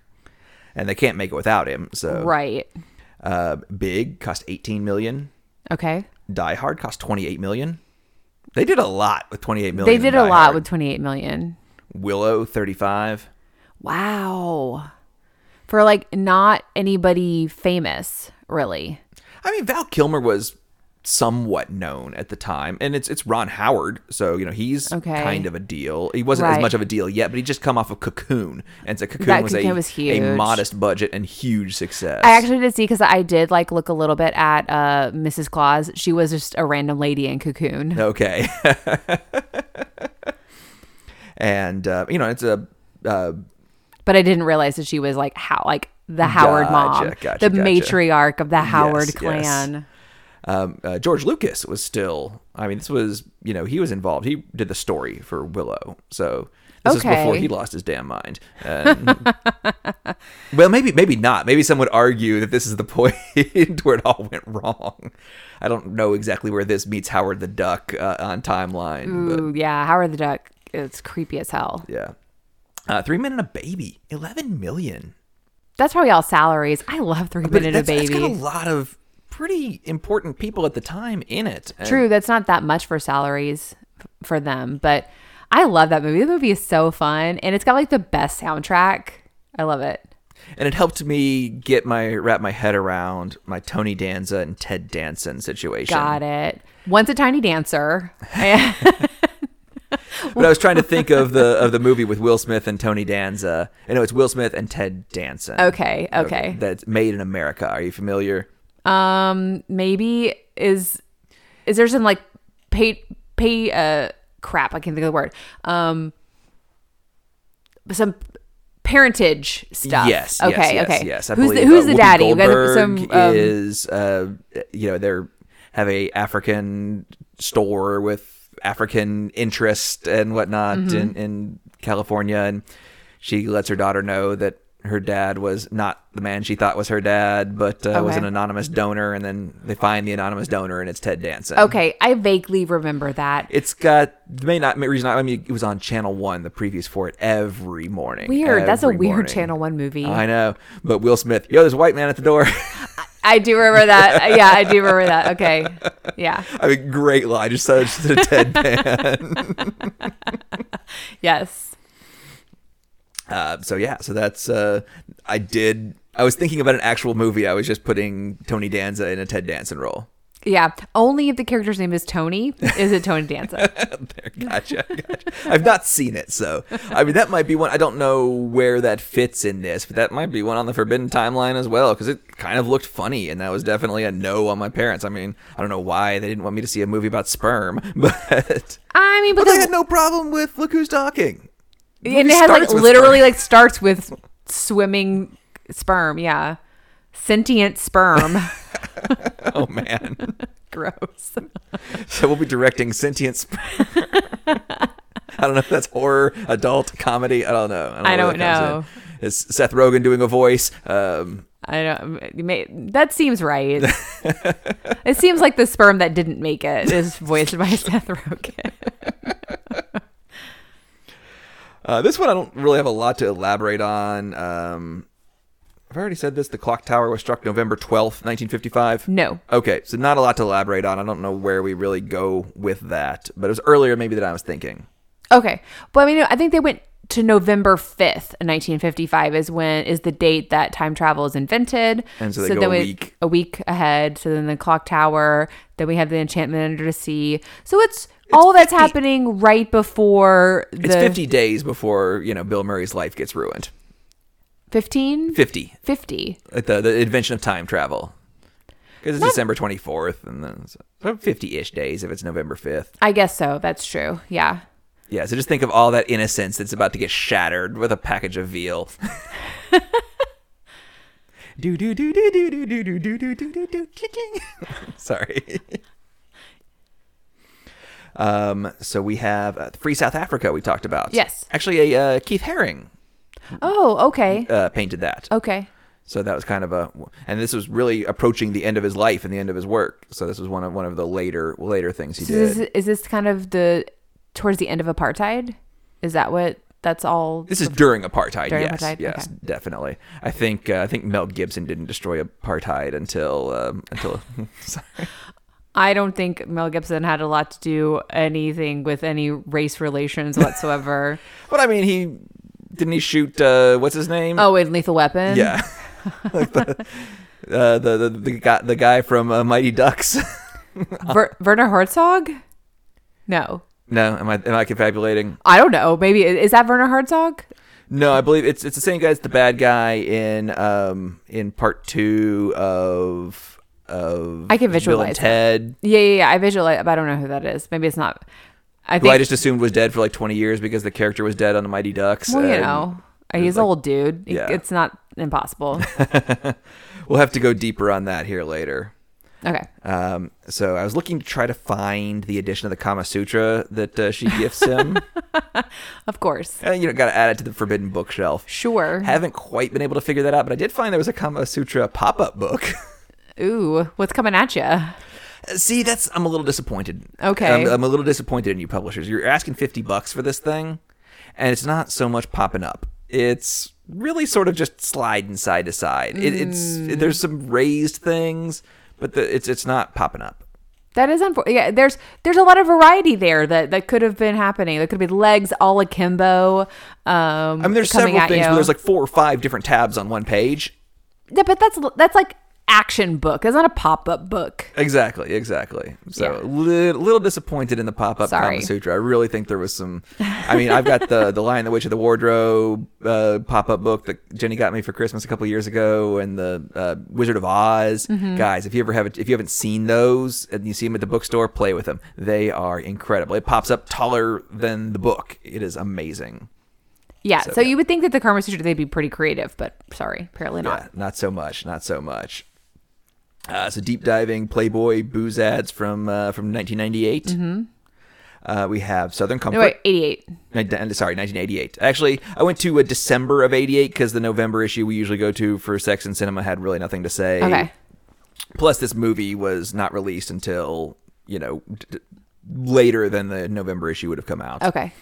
Speaker 1: And they can't make it without him. So
Speaker 2: Mm. right
Speaker 1: uh, Big cost 18 million.
Speaker 2: okay
Speaker 1: Die Hard cost 28 million. They did a lot with 28 million.
Speaker 2: they
Speaker 1: in
Speaker 2: did a
Speaker 1: Die
Speaker 2: lot
Speaker 1: Hard.
Speaker 2: with 28 million
Speaker 1: Willow 35.
Speaker 2: wow for like not anybody famous really
Speaker 1: I mean, Val Kilmer was somewhat known at the time, and it's it's Ron Howard, so you know he's
Speaker 2: Okay.
Speaker 1: kind of a deal. He wasn't as
Speaker 2: Right.
Speaker 1: much of a deal yet, but he just come off of Cocoon, and so Cocoon
Speaker 2: That
Speaker 1: was, a,
Speaker 2: Cocoon was huge.
Speaker 1: a modest budget and huge success.
Speaker 2: i actually did see because i did like look a little bit at uh mrs claus she was just a random lady in cocoon
Speaker 1: okay, and uh, you know it's a. Uh,
Speaker 2: but i didn't realize that she was like how like the howard mom
Speaker 1: Gotcha, gotcha,
Speaker 2: the
Speaker 1: gotcha.
Speaker 2: matriarch of the howard
Speaker 1: yes.
Speaker 2: clan
Speaker 1: um, uh, George Lucas was still. I mean, this was you know he was involved. He did the story for Willow, so this is before
Speaker 2: Okay.
Speaker 1: he lost his damn mind. And- well, maybe maybe not. Maybe some would argue that this is the point where it all went wrong. I don't know exactly where this meets Howard the Duck uh, on timeline. but-
Speaker 2: Ooh, yeah. Howard the Duck. It's creepy as hell.
Speaker 1: yeah. Uh, three men and a baby. 11 million.
Speaker 2: That's probably all salaries. I love Three
Speaker 1: But
Speaker 2: Men and a
Speaker 1: that's, that's got a
Speaker 2: Baby.
Speaker 1: lot of pretty important people at the time in it. And
Speaker 2: True, that's not that much for salaries f- for them, but I love that movie. The movie is so fun, and it's got like the best soundtrack. I love it.
Speaker 1: And it helped me get my wrap my head around my Tony Danza and Ted Danson situation.
Speaker 2: Got it. Once a tiny dancer.
Speaker 1: But I was trying to think of the of the movie with Will Smith and Tony Danza. I know it's Will Smith and Ted Danson.
Speaker 2: Okay, okay.
Speaker 1: That's Made in America. Are you familiar?
Speaker 2: Um, maybe is is there some like pay pay uh crap? I can't think of the word. Um, some parentage stuff.
Speaker 1: Yes.
Speaker 2: Okay.
Speaker 1: yes, yes,
Speaker 2: okay.
Speaker 1: Yes. I
Speaker 2: who's
Speaker 1: believe,
Speaker 2: the, who's
Speaker 1: uh,
Speaker 2: the
Speaker 1: Whoopi
Speaker 2: daddy? You guys have
Speaker 1: Goldberg
Speaker 2: some, um,
Speaker 1: is uh, you know they're have a African store with African interest and whatnot
Speaker 2: Mm-hmm.
Speaker 1: in, in California, and she lets her daughter know that her dad was not the man she thought was her dad, but uh, was
Speaker 2: Okay.
Speaker 1: an anonymous donor, and then they find the anonymous donor, and it's Ted Danson.
Speaker 2: Okay, I vaguely remember that.
Speaker 1: It's got the may not may reason I mean it was on channel one the previews for it every morning.
Speaker 2: Weird. That's a
Speaker 1: every
Speaker 2: weird
Speaker 1: morning.
Speaker 2: Channel One movie. I,
Speaker 1: I know. But Will Smith, yo, there's a white man at the door.
Speaker 2: do remember that. yeah, I do remember that. Okay. Yeah.
Speaker 1: I mean, great line. Just such a deadpan.
Speaker 2: Yes.
Speaker 1: Uh, so yeah, so that's uh, I did. I was thinking about an actual movie. I was just putting Tony Danza in a Ted Danson role.
Speaker 2: Yeah. Only if the character's name is Tony. Is it Tony Danza?
Speaker 1: there, gotcha, gotcha. I've not seen it, so I mean that might be one. I don't know where that fits in this, but that might be one on the Forbidden Timeline as well because it kind of looked funny, and that was definitely a no on my parents. I mean, I don't know why they didn't want me to see a movie about sperm, but
Speaker 2: I mean, but
Speaker 1: But they
Speaker 2: the,
Speaker 1: had no problem with look who's talking.
Speaker 2: and it
Speaker 1: movie
Speaker 2: has like
Speaker 1: starts with
Speaker 2: literally
Speaker 1: sperm.
Speaker 2: like starts with swimming sperm. Yeah. Sentient sperm.
Speaker 1: Oh man.
Speaker 2: Gross.
Speaker 1: so we'll be directing sentient sperm. I don't know if that's horror, adult, comedy. I don't know.
Speaker 2: I
Speaker 1: where
Speaker 2: don't
Speaker 1: that comes in. Is Seth Rogen doing a voice? Um,
Speaker 2: I don't. May, that seems right. it seems like the sperm that didn't make it is voiced by Seth Rogen.
Speaker 1: uh, this one I don't really have a lot to elaborate on. Um, I've already said this. The clock tower was struck November twelfth, nineteen fifty-five.
Speaker 2: No.
Speaker 1: Okay, so not a lot to elaborate on. I don't know where we really go with that, but it was earlier maybe than I was thinking.
Speaker 2: Okay. But I mean, I think they went to November 5th, 1955 is when is the date that time travel is invented.
Speaker 1: And so they go
Speaker 2: then
Speaker 1: a
Speaker 2: we-
Speaker 1: week.
Speaker 2: a week ahead. So then the clock tower, then we have the enchantment under the sea. So it's, all that's happening right before the
Speaker 1: It's fifty days before you know Bill Murray's life gets ruined.
Speaker 2: 15
Speaker 1: Fifty
Speaker 2: 50.
Speaker 1: like the, the invention of time travel because it's december 24th and then so- so 50-ish days if it's november 5th
Speaker 2: I guess so. That's true. Yeah.
Speaker 1: yeah so just think of all that innocence that's about to get shattered with a package of veal do do do do do do do do do do do do do ching. sorry um so we have uh, free south africa we talked about
Speaker 2: Yes.
Speaker 1: actually a uh, keith herring
Speaker 2: Oh, okay.
Speaker 1: uh, painted that
Speaker 2: Okay.
Speaker 1: So that was kind of a, and this was really approaching the end of his life and the end of his work. So this was one of one of the later later things he
Speaker 2: So is
Speaker 1: did.
Speaker 2: this, is this kind of the towards the end of apartheid? Is that what that's all?
Speaker 1: This is during apartheid.
Speaker 2: During
Speaker 1: yes,
Speaker 2: apartheid?
Speaker 1: yes,
Speaker 2: Okay.
Speaker 1: definitely. I think uh, I think Mel Gibson didn't destroy apartheid until um, until
Speaker 2: I don't think Mel Gibson had a lot to do anything with any race relations whatsoever.
Speaker 1: But I mean, he didn't he shoot uh, what's his name?
Speaker 2: oh, in Lethal Weapon?
Speaker 1: yeah, like the, uh, the the the guy the guy from uh, Mighty Ducks.
Speaker 2: Ver- Werner Herzog? No.
Speaker 1: no, am I am I confabulating?
Speaker 2: I don't know. Maybe is that Werner Herzog?
Speaker 1: No, I believe it's it's the same guy as the bad guy in um in part two of of
Speaker 2: I
Speaker 1: Bill
Speaker 2: can
Speaker 1: and
Speaker 2: visualize that.
Speaker 1: Ted,
Speaker 2: Yeah, yeah, yeah. I visualize, but I don't know who that is. Maybe it's not. I
Speaker 1: who
Speaker 2: think.
Speaker 1: I just assumed was dead for like twenty years because the character was dead on the Mighty Ducks.
Speaker 2: well, you
Speaker 1: and
Speaker 2: know, he's an old dude.
Speaker 1: Yeah.
Speaker 2: It's not impossible.
Speaker 1: we'll have to go deeper on that here later.
Speaker 2: Okay.
Speaker 1: Um, so I was looking to try to find the edition of the Kama Sutra that uh, she gifts him.
Speaker 2: Of course.
Speaker 1: and, you know, got to add it to the forbidden bookshelf.
Speaker 2: Sure.
Speaker 1: Haven't quite been able to figure that out, but I did find there was a Kama Sutra pop up book.
Speaker 2: Ooh, what's coming at you?
Speaker 1: See, that's I'm a little disappointed.
Speaker 2: Okay.
Speaker 1: I'm, I'm a little disappointed in you publishers. You're asking 50 bucks for this thing, and it's not so much popping up. It's really sort of just sliding side to side. It, It's there's some raised things, but the, it's it's not popping up.
Speaker 2: That is unfortunate. Yeah, there's there's a lot of variety there that that could have been happening. There could be legs all akimbo. Um, I
Speaker 1: I mean, there's several things where there's like four or five different tabs on one page.
Speaker 2: yeah, but that's that's like action book. That's not a pop up book.
Speaker 1: Exactly, exactly. So
Speaker 2: Yeah.
Speaker 1: a li- little disappointed in the pop up
Speaker 2: Sorry.
Speaker 1: Kama Sutra. I really think there was some. I mean, I've got the the Lion, the Witch, of the Wardrobe uh, pop up book that Jenny got me for Christmas a couple years ago, and the uh, Wizard of Oz.
Speaker 2: Mm-hmm.
Speaker 1: Guys, if you ever haven't if you haven't seen those and you see them at the bookstore, play with them. They are incredible. It pops up taller than the book. It is amazing.
Speaker 2: Yeah, so,
Speaker 1: So,
Speaker 2: you would think that the Karma Sutra they'd be pretty creative, but sorry, apparently not.
Speaker 1: Yeah, not so much. Not so much. Uh, so deep diving Playboy booze ads from uh, from 1998. Uh, we have Southern Comfort.
Speaker 2: No, Mm-hmm. wait, eighty eight.
Speaker 1: Nin- sorry, 1988. Actually, I went to a December of 88 because the November issue we usually go to for Sex and Cinema had really nothing to say.
Speaker 2: Okay,
Speaker 1: Plus, this movie was not released until you know d- d- later than the November issue would have come out.
Speaker 2: okay,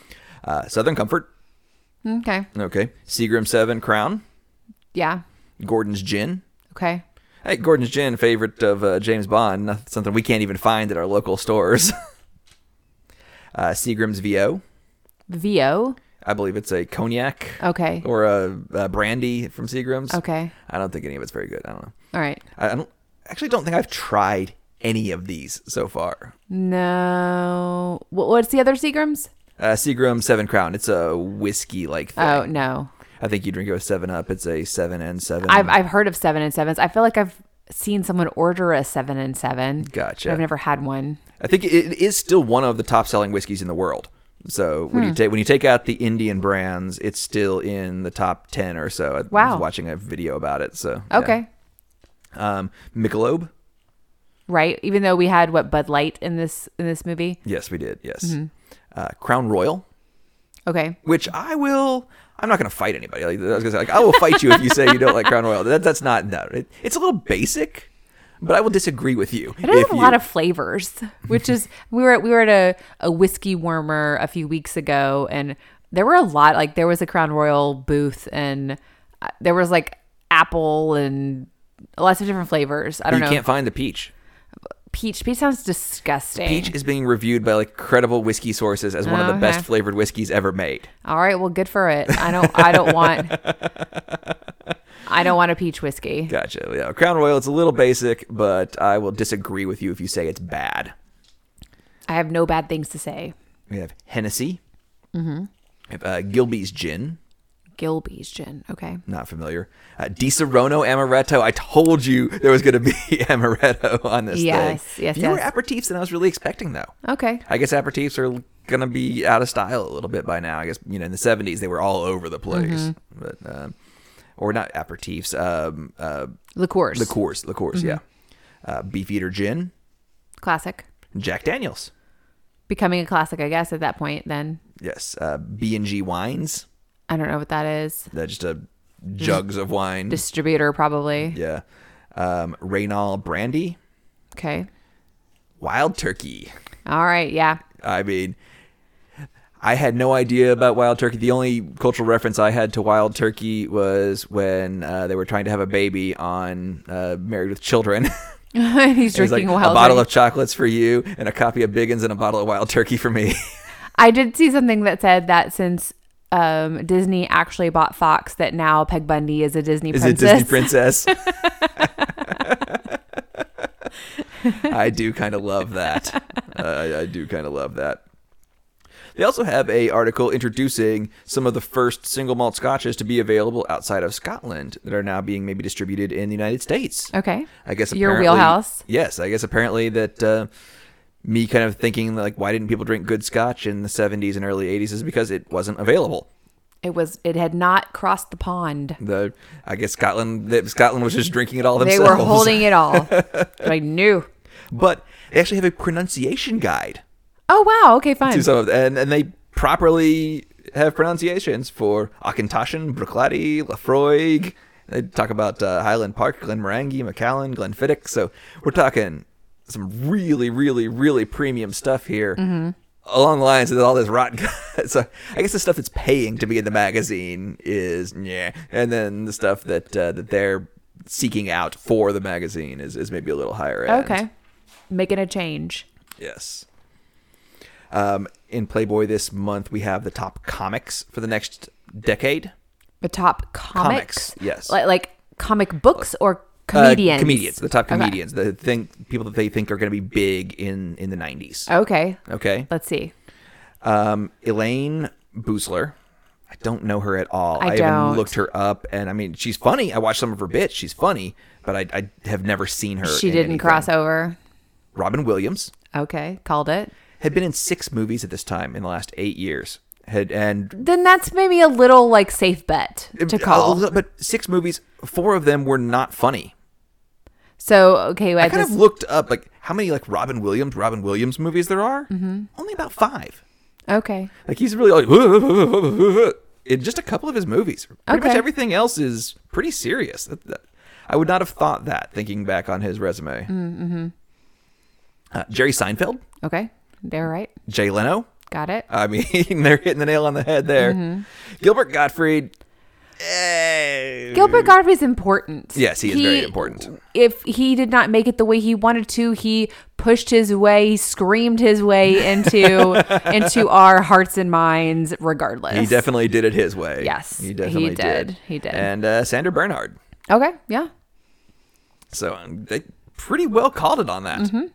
Speaker 1: Uh, Southern Comfort.
Speaker 2: okay,
Speaker 1: Okay. Seagram Seven Crown.
Speaker 2: yeah,
Speaker 1: Gordon's Gin.
Speaker 2: okay.
Speaker 1: Hey, Gordon's Gin, favorite of uh, James Bond, not, something we can't even find at our local stores. uh, Seagram's VO,
Speaker 2: Vo,
Speaker 1: I believe it's a cognac
Speaker 2: okay,
Speaker 1: or a, a brandy from Seagram's.
Speaker 2: okay,
Speaker 1: I don't think any of it's very good. I don't know.
Speaker 2: all right.
Speaker 1: I, I don't actually don't think I've tried any of these so far.
Speaker 2: No, what, what's the other Seagrams?
Speaker 1: Uh, Seagram Seven Crown, it's a whiskey like thing.
Speaker 2: Oh no,
Speaker 1: I think you drink it with Seven Up. It's a Seven and Seven.
Speaker 2: I've I've heard of seven and sevens. I feel like I've seen someone order a seven and seven.
Speaker 1: Gotcha.
Speaker 2: but I've never had one.
Speaker 1: I think it it is still one of the top selling whiskeys in the world. So when
Speaker 2: Hmm.
Speaker 1: you take when you take out the Indian brands, it's still in the top ten or so. I
Speaker 2: Wow.
Speaker 1: was watching a video about it. So yeah.
Speaker 2: Okay.
Speaker 1: um, Michelob.
Speaker 2: Right. Even though we had what Bud Light in this in this movie.
Speaker 1: Yes, we did. Yes,
Speaker 2: Mm-hmm.
Speaker 1: uh, Crown Royal,
Speaker 2: Okay.
Speaker 1: which I will. I'm not going to fight anybody. Like, I was going to say, like, I will fight you if you say you don't like Crown Royal. That, that's not no. It, it's a little basic, but I will disagree with you.
Speaker 2: It has
Speaker 1: if
Speaker 2: a
Speaker 1: you-
Speaker 2: lot of flavors, which is we were we were at a, a whiskey warmer a few weeks ago, and there were a lot. Like there was a Crown Royal booth, and uh, there was like apple and lots of different flavors. I
Speaker 1: you
Speaker 2: don't know.
Speaker 1: can't find the peach.
Speaker 2: peach. Peach sounds disgusting.
Speaker 1: Peach is being reviewed by like credible whiskey sources as one of the
Speaker 2: Okay.
Speaker 1: best flavored whiskeys ever made.
Speaker 2: All right. Well, good for it. I don't. I don't want. I don't want a peach whiskey.
Speaker 1: Gotcha. Yeah, Crown Royal. It's a little basic, but I will disagree with you if you say it's bad.
Speaker 2: I have no bad things to say.
Speaker 1: We have Hennessy. Mm-hmm. We have uh, Gilby's Gin.
Speaker 2: Gilby's gin. Okay.
Speaker 1: Not familiar. Uh, Di Serono Amaretto. I told you there was going to be Amaretto on this
Speaker 2: Yes,
Speaker 1: thing.
Speaker 2: yes,
Speaker 1: Fewer
Speaker 2: yes.
Speaker 1: aperitifs than I was really expecting, though.
Speaker 2: Okay.
Speaker 1: I guess aperitifs are going to be out of style a little bit by now. I guess, you know, in the 70s, they were all over the place.
Speaker 2: Mm-hmm.
Speaker 1: But, um, or not aperitifs, um, uh,
Speaker 2: Liqueurs.
Speaker 1: liqueurs, liqueurs,
Speaker 2: Mm-hmm.
Speaker 1: yeah. Uh, Beefeater Gin.
Speaker 2: Classic.
Speaker 1: Jack Daniels.
Speaker 2: Becoming a classic, I guess, at that point, then.
Speaker 1: Yes, uh, B and G wines.
Speaker 2: I don't know what that is.
Speaker 1: They're just uh jugs of wine.
Speaker 2: Distributor, probably.
Speaker 1: yeah, um, Reynal brandy,
Speaker 2: Okay.
Speaker 1: Wild Turkey.
Speaker 2: All right. Yeah.
Speaker 1: I mean, I had no idea about Wild Turkey. The only cultural reference I had to Wild Turkey was when uh, they were trying to have a baby on uh, Married with Children.
Speaker 2: He's
Speaker 1: it was like
Speaker 2: drinking wild.
Speaker 1: a bottle of
Speaker 2: Turkey.
Speaker 1: chocolates for you, and a copy of Biggins, and a bottle of Wild Turkey for me.
Speaker 2: I did see something that said that since um, Disney actually bought Fox, that now Peg Bundy is a Disney
Speaker 1: Is
Speaker 2: princess.
Speaker 1: it Disney princess? I do kind of love that. I I do kind of love that. They also have a article introducing some of the first single malt scotches to be available outside of Scotland that are now being maybe distributed in the United States.
Speaker 2: okay.
Speaker 1: I guess
Speaker 2: Oh, Your
Speaker 1: apparently-
Speaker 2: wheelhouse.
Speaker 1: Yes, I guess apparently that uh, me kind of thinking like why didn't people drink good scotch in the 70s and early 80s is because it wasn't available.
Speaker 2: It was. It had not crossed the pond.
Speaker 1: The I guess Scotland that Scotland was just drinking it all
Speaker 2: They
Speaker 1: themselves.
Speaker 2: were holding it all. But I knew.
Speaker 1: but they actually have a pronunciation guide
Speaker 2: Oh wow. Okay,
Speaker 1: to
Speaker 2: fine.
Speaker 1: some of and and they properly have pronunciations for Akintashen, Brooklady, Lafroig. They talk about uh, Highland Park, Glenmorangie, McAllen, Glenfiddich. So we're talking some really, really, really premium stuff here.
Speaker 2: Mm-hmm.
Speaker 1: Along the lines of all this rot, so I guess the stuff that's paying to be in the magazine is yeah, and then the stuff that uh, that they're seeking out for the magazine is, is maybe a little higher end.
Speaker 2: Okay. Making a change.
Speaker 1: Yes. Um, in Playboy this month, we have the top comics for the next decade.
Speaker 2: The top comics.
Speaker 1: Comics, yes.
Speaker 2: Like, like comic books or
Speaker 1: Uh,
Speaker 2: comedians.
Speaker 1: comedians, the top
Speaker 2: Okay.
Speaker 1: comedians, the think people that they think are going to be big in in the nineties.
Speaker 2: Okay.
Speaker 1: Okay.
Speaker 2: Let's see.
Speaker 1: Um, Elaine Boozler. I don't know her at all.
Speaker 2: I
Speaker 1: even
Speaker 2: don't.
Speaker 1: looked her up, and I mean, she's funny. I watched some of her bits. She's funny, but I, I have never seen her.
Speaker 2: She
Speaker 1: in
Speaker 2: didn't
Speaker 1: anything.
Speaker 2: cross over.
Speaker 1: Robin Williams.
Speaker 2: Okay. Called it.
Speaker 1: Had been in six movies at this time in the last eight years. Had and
Speaker 2: Then that's maybe a little like safe bet to
Speaker 1: A
Speaker 2: call.
Speaker 1: little- but six movies, four of them were not funny.
Speaker 2: so okay, I,
Speaker 1: I kind
Speaker 2: just
Speaker 1: of looked up like how many like Robin Williams, Robin Williams movies there are. Mm-hmm. Only about five.
Speaker 2: okay.
Speaker 1: Like he's really like in just a couple of his movies. Pretty much
Speaker 2: Okay.
Speaker 1: everything else is pretty serious. That- that- I would not have thought that thinking back on his resume. Mm-hmm. Uh, Jerry Seinfeld,
Speaker 2: Okay. They're right.
Speaker 1: Jay Leno.
Speaker 2: Got it.
Speaker 1: I mean, they're hitting the nail on the head there.
Speaker 2: Mm-hmm.
Speaker 1: Gilbert Gottfried. eh,
Speaker 2: Gilbert Godfrey's important.
Speaker 1: Yes, he is very important.
Speaker 2: If he did not make it the way he wanted to, he pushed his way, he screamed his way into into our hearts and minds, regardless.
Speaker 1: He definitely did it his way.
Speaker 2: Yes,
Speaker 1: he
Speaker 2: he
Speaker 1: definitely did.
Speaker 2: did. He did.
Speaker 1: And uh, Sandra Bernhard.
Speaker 2: Okay, yeah.
Speaker 1: So um, they pretty well called it on that.
Speaker 2: Mm-hmm.